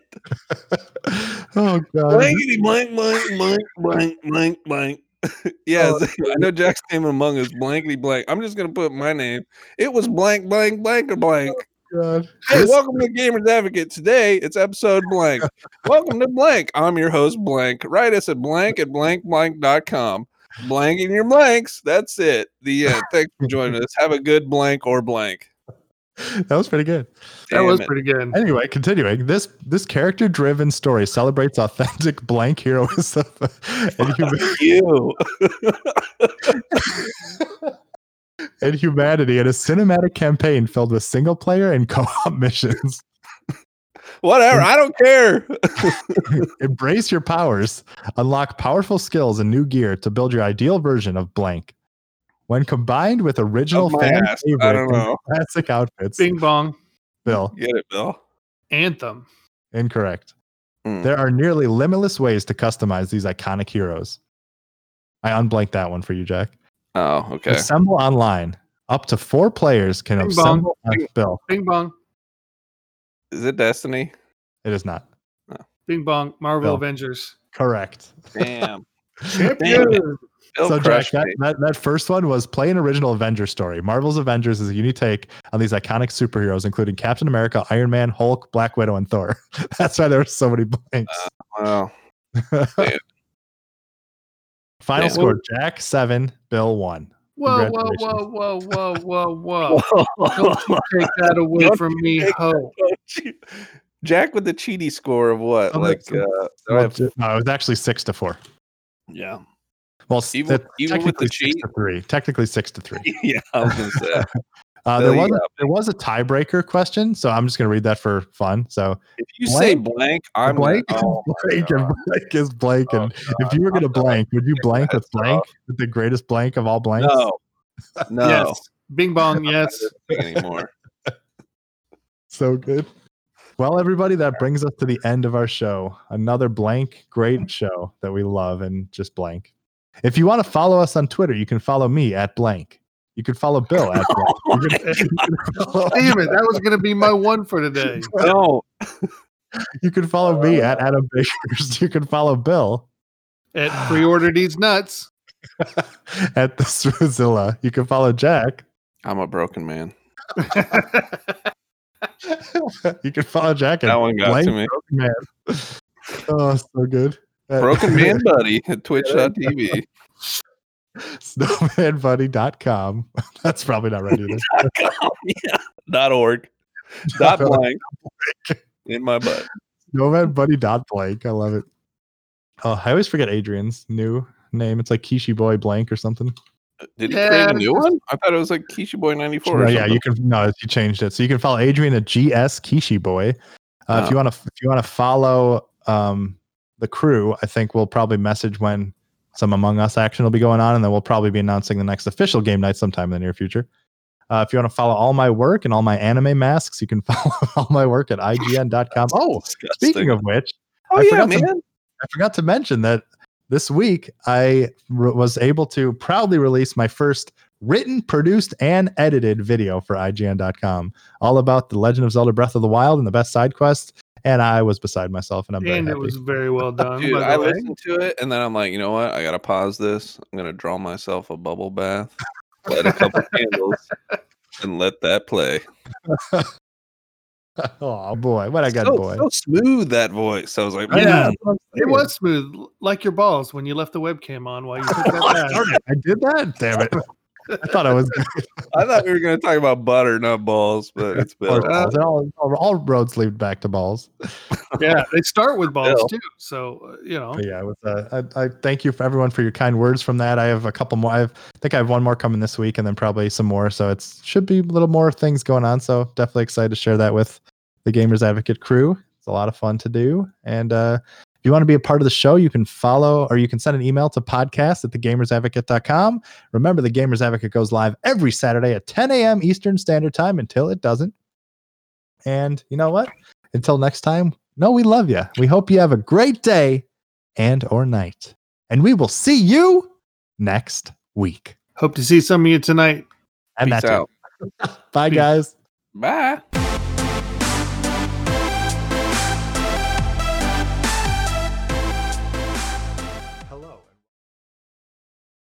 oh god. Blankety blank blank blank blank blank blank. yeah, Oh, I know Jack's name among us. Blankety blank. I'm just gonna put my name. It was blank blank blank or blank. God. Hey, welcome to Gamers Advocate. Today it's episode blank. welcome to blank. I'm your host blank. Write us at blank at blank blank.com. Blank in your blanks. That's it. The end. Thanks for joining us. Have a good blank or blank. That was pretty good. That was Damn it. pretty good. Anyway, continuing. This this character-driven story celebrates authentic blank heroism and, hum- you. and humanity in a cinematic campaign filled with single player and co-op missions. Whatever. I don't care. Embrace your powers. Unlock powerful skills and new gear to build your ideal version of blank. When combined with original Up my fan ass. I favorite don't and know. classic outfits, Bing bong Bill, Get it, Bill. anthem. incorrect. Mm. There are nearly limitless ways to customize these iconic heroes. I unblanked that one for you, Jack. Oh, okay. Assemble online. Up to four players can Bing assemble. on- Bill, Bing bong. Is it Destiny? it is not Bing bong. Marvel Bill. Avengers. correct. Damn. Champion. Bill so, Jack, crushed that, me. that, that first one was play an original Avenger story. Marvel's Avengers is a unique take on these iconic superheroes, including Captain America, Iron Man, Hulk, Black Widow, and Thor. That's why there are so many Uh, blanks. Wow. man. Final Man. score Jack seven, Bill one. Whoa, whoa, whoa, Congratulations. whoa, whoa, whoa, whoa. Don't Oh. you take that away Don't from me, take ho. Jack with the cheaty score of what? Oh, like, that's- uh, I No, have- it was actually six to four. yeah. Well, s- Even- that- even with technically the six cheat? to three. Technically six to three. Yeah. I was gonna say. Uh, Bill, there you was a, got me. there was a tiebreaker question, so I'm just going to read that for fun. So If you say blank, I'm blank, Gonna, oh my blank, and God. blank is blank. Oh, and if you were I'm going to done. blank, would you blank with That's blank, with the greatest blank of all blanks? Oh, no, no. Yes. Bing bong, yes. Anymore. So good. Well, everybody, that brings us to the end of our show. Another blank, great show that we love and just blank. If you want to follow us on Twitter, you can follow me at blank. You can follow Bill at blank. You can- you can follow- Damn it, that was gonna be my one for today. No, You can follow me at Adam Bakers. You can follow Bill At pre-order these nuts. at the Swizzilla. You can follow Jack. I'm a broken man. You can follow Jack That at one got blank to me. broken man. Oh, so good. At Broken man, buddy. At Twitch.tv. Snowmanbuddy.com. That's probably not right either. .com, yeah. Dot org. Dot blank. In my butt. Snowmanbuddy.blank. I love it. Oh, I always forget Adrian's new name. It's like Kishi Boy Blank or something. Did he create Yeah. a new one? I thought it was like Kishi Boy Oh, 94. Or yeah, something. you can no, he changed it. So you can follow Adrian at GS Kishi Boy. Uh, If Oh. you want to, if you want to follow um, the crew, I think we'll probably message when some Among Us action will be going on, and then we'll probably be announcing the next official game night sometime in the near future. Uh, if you want to follow all my work and all my anime masks, you can follow all my work at IGN.com. Oh, Disgusting. speaking of which, oh I yeah, forgot to- man. I forgot to mention that This week, I re- was able to proudly release my first written, produced, and edited video for IGN.com, all about the Legend of Zelda: Breath of the Wild and the best side quests. And I was beside myself, and I'm very and it happy. was very well done. Dude, by the I way. listened to it and then I'm like, you know what? I gotta pause this. I'm gonna draw myself a bubble bath, light a couple candles, and let that play. oh boy, what I got, so, boy! so smooth that voice. I was like, I Yeah. know. It was smooth, like your balls when you left the webcam on while you took that bath. Darn it, I did that. Damn it! I thought I was. "Mm, I thought we were gonna talk about butter, not balls, but it's Or better. balls. They're all, all, all roads lead back to balls. Yeah, they start with Still. balls too. So uh, you know, But yeah, it was, uh, I, I thank you for everyone for your kind words from that. I have a couple more. I, have, I think I have one more coming this week, and then probably some more. So it should be a little more things going on. So definitely excited to share that with the Gamers Advocate crew. It's a lot of fun to do. And uh, if you want to be a part of the show, you can follow or you can send an email to podcast at thegamersadvocate.com. Remember, the Gamers Advocate goes live every Saturday at 10 a.m. Eastern Standard Time until it doesn't. And you know what? Until next time, no, we love you. We hope you have a great day and or night. And we will see you next week. hope to see some of you tonight. And Peace that's out. it. Bye, Peace. guys. Bye.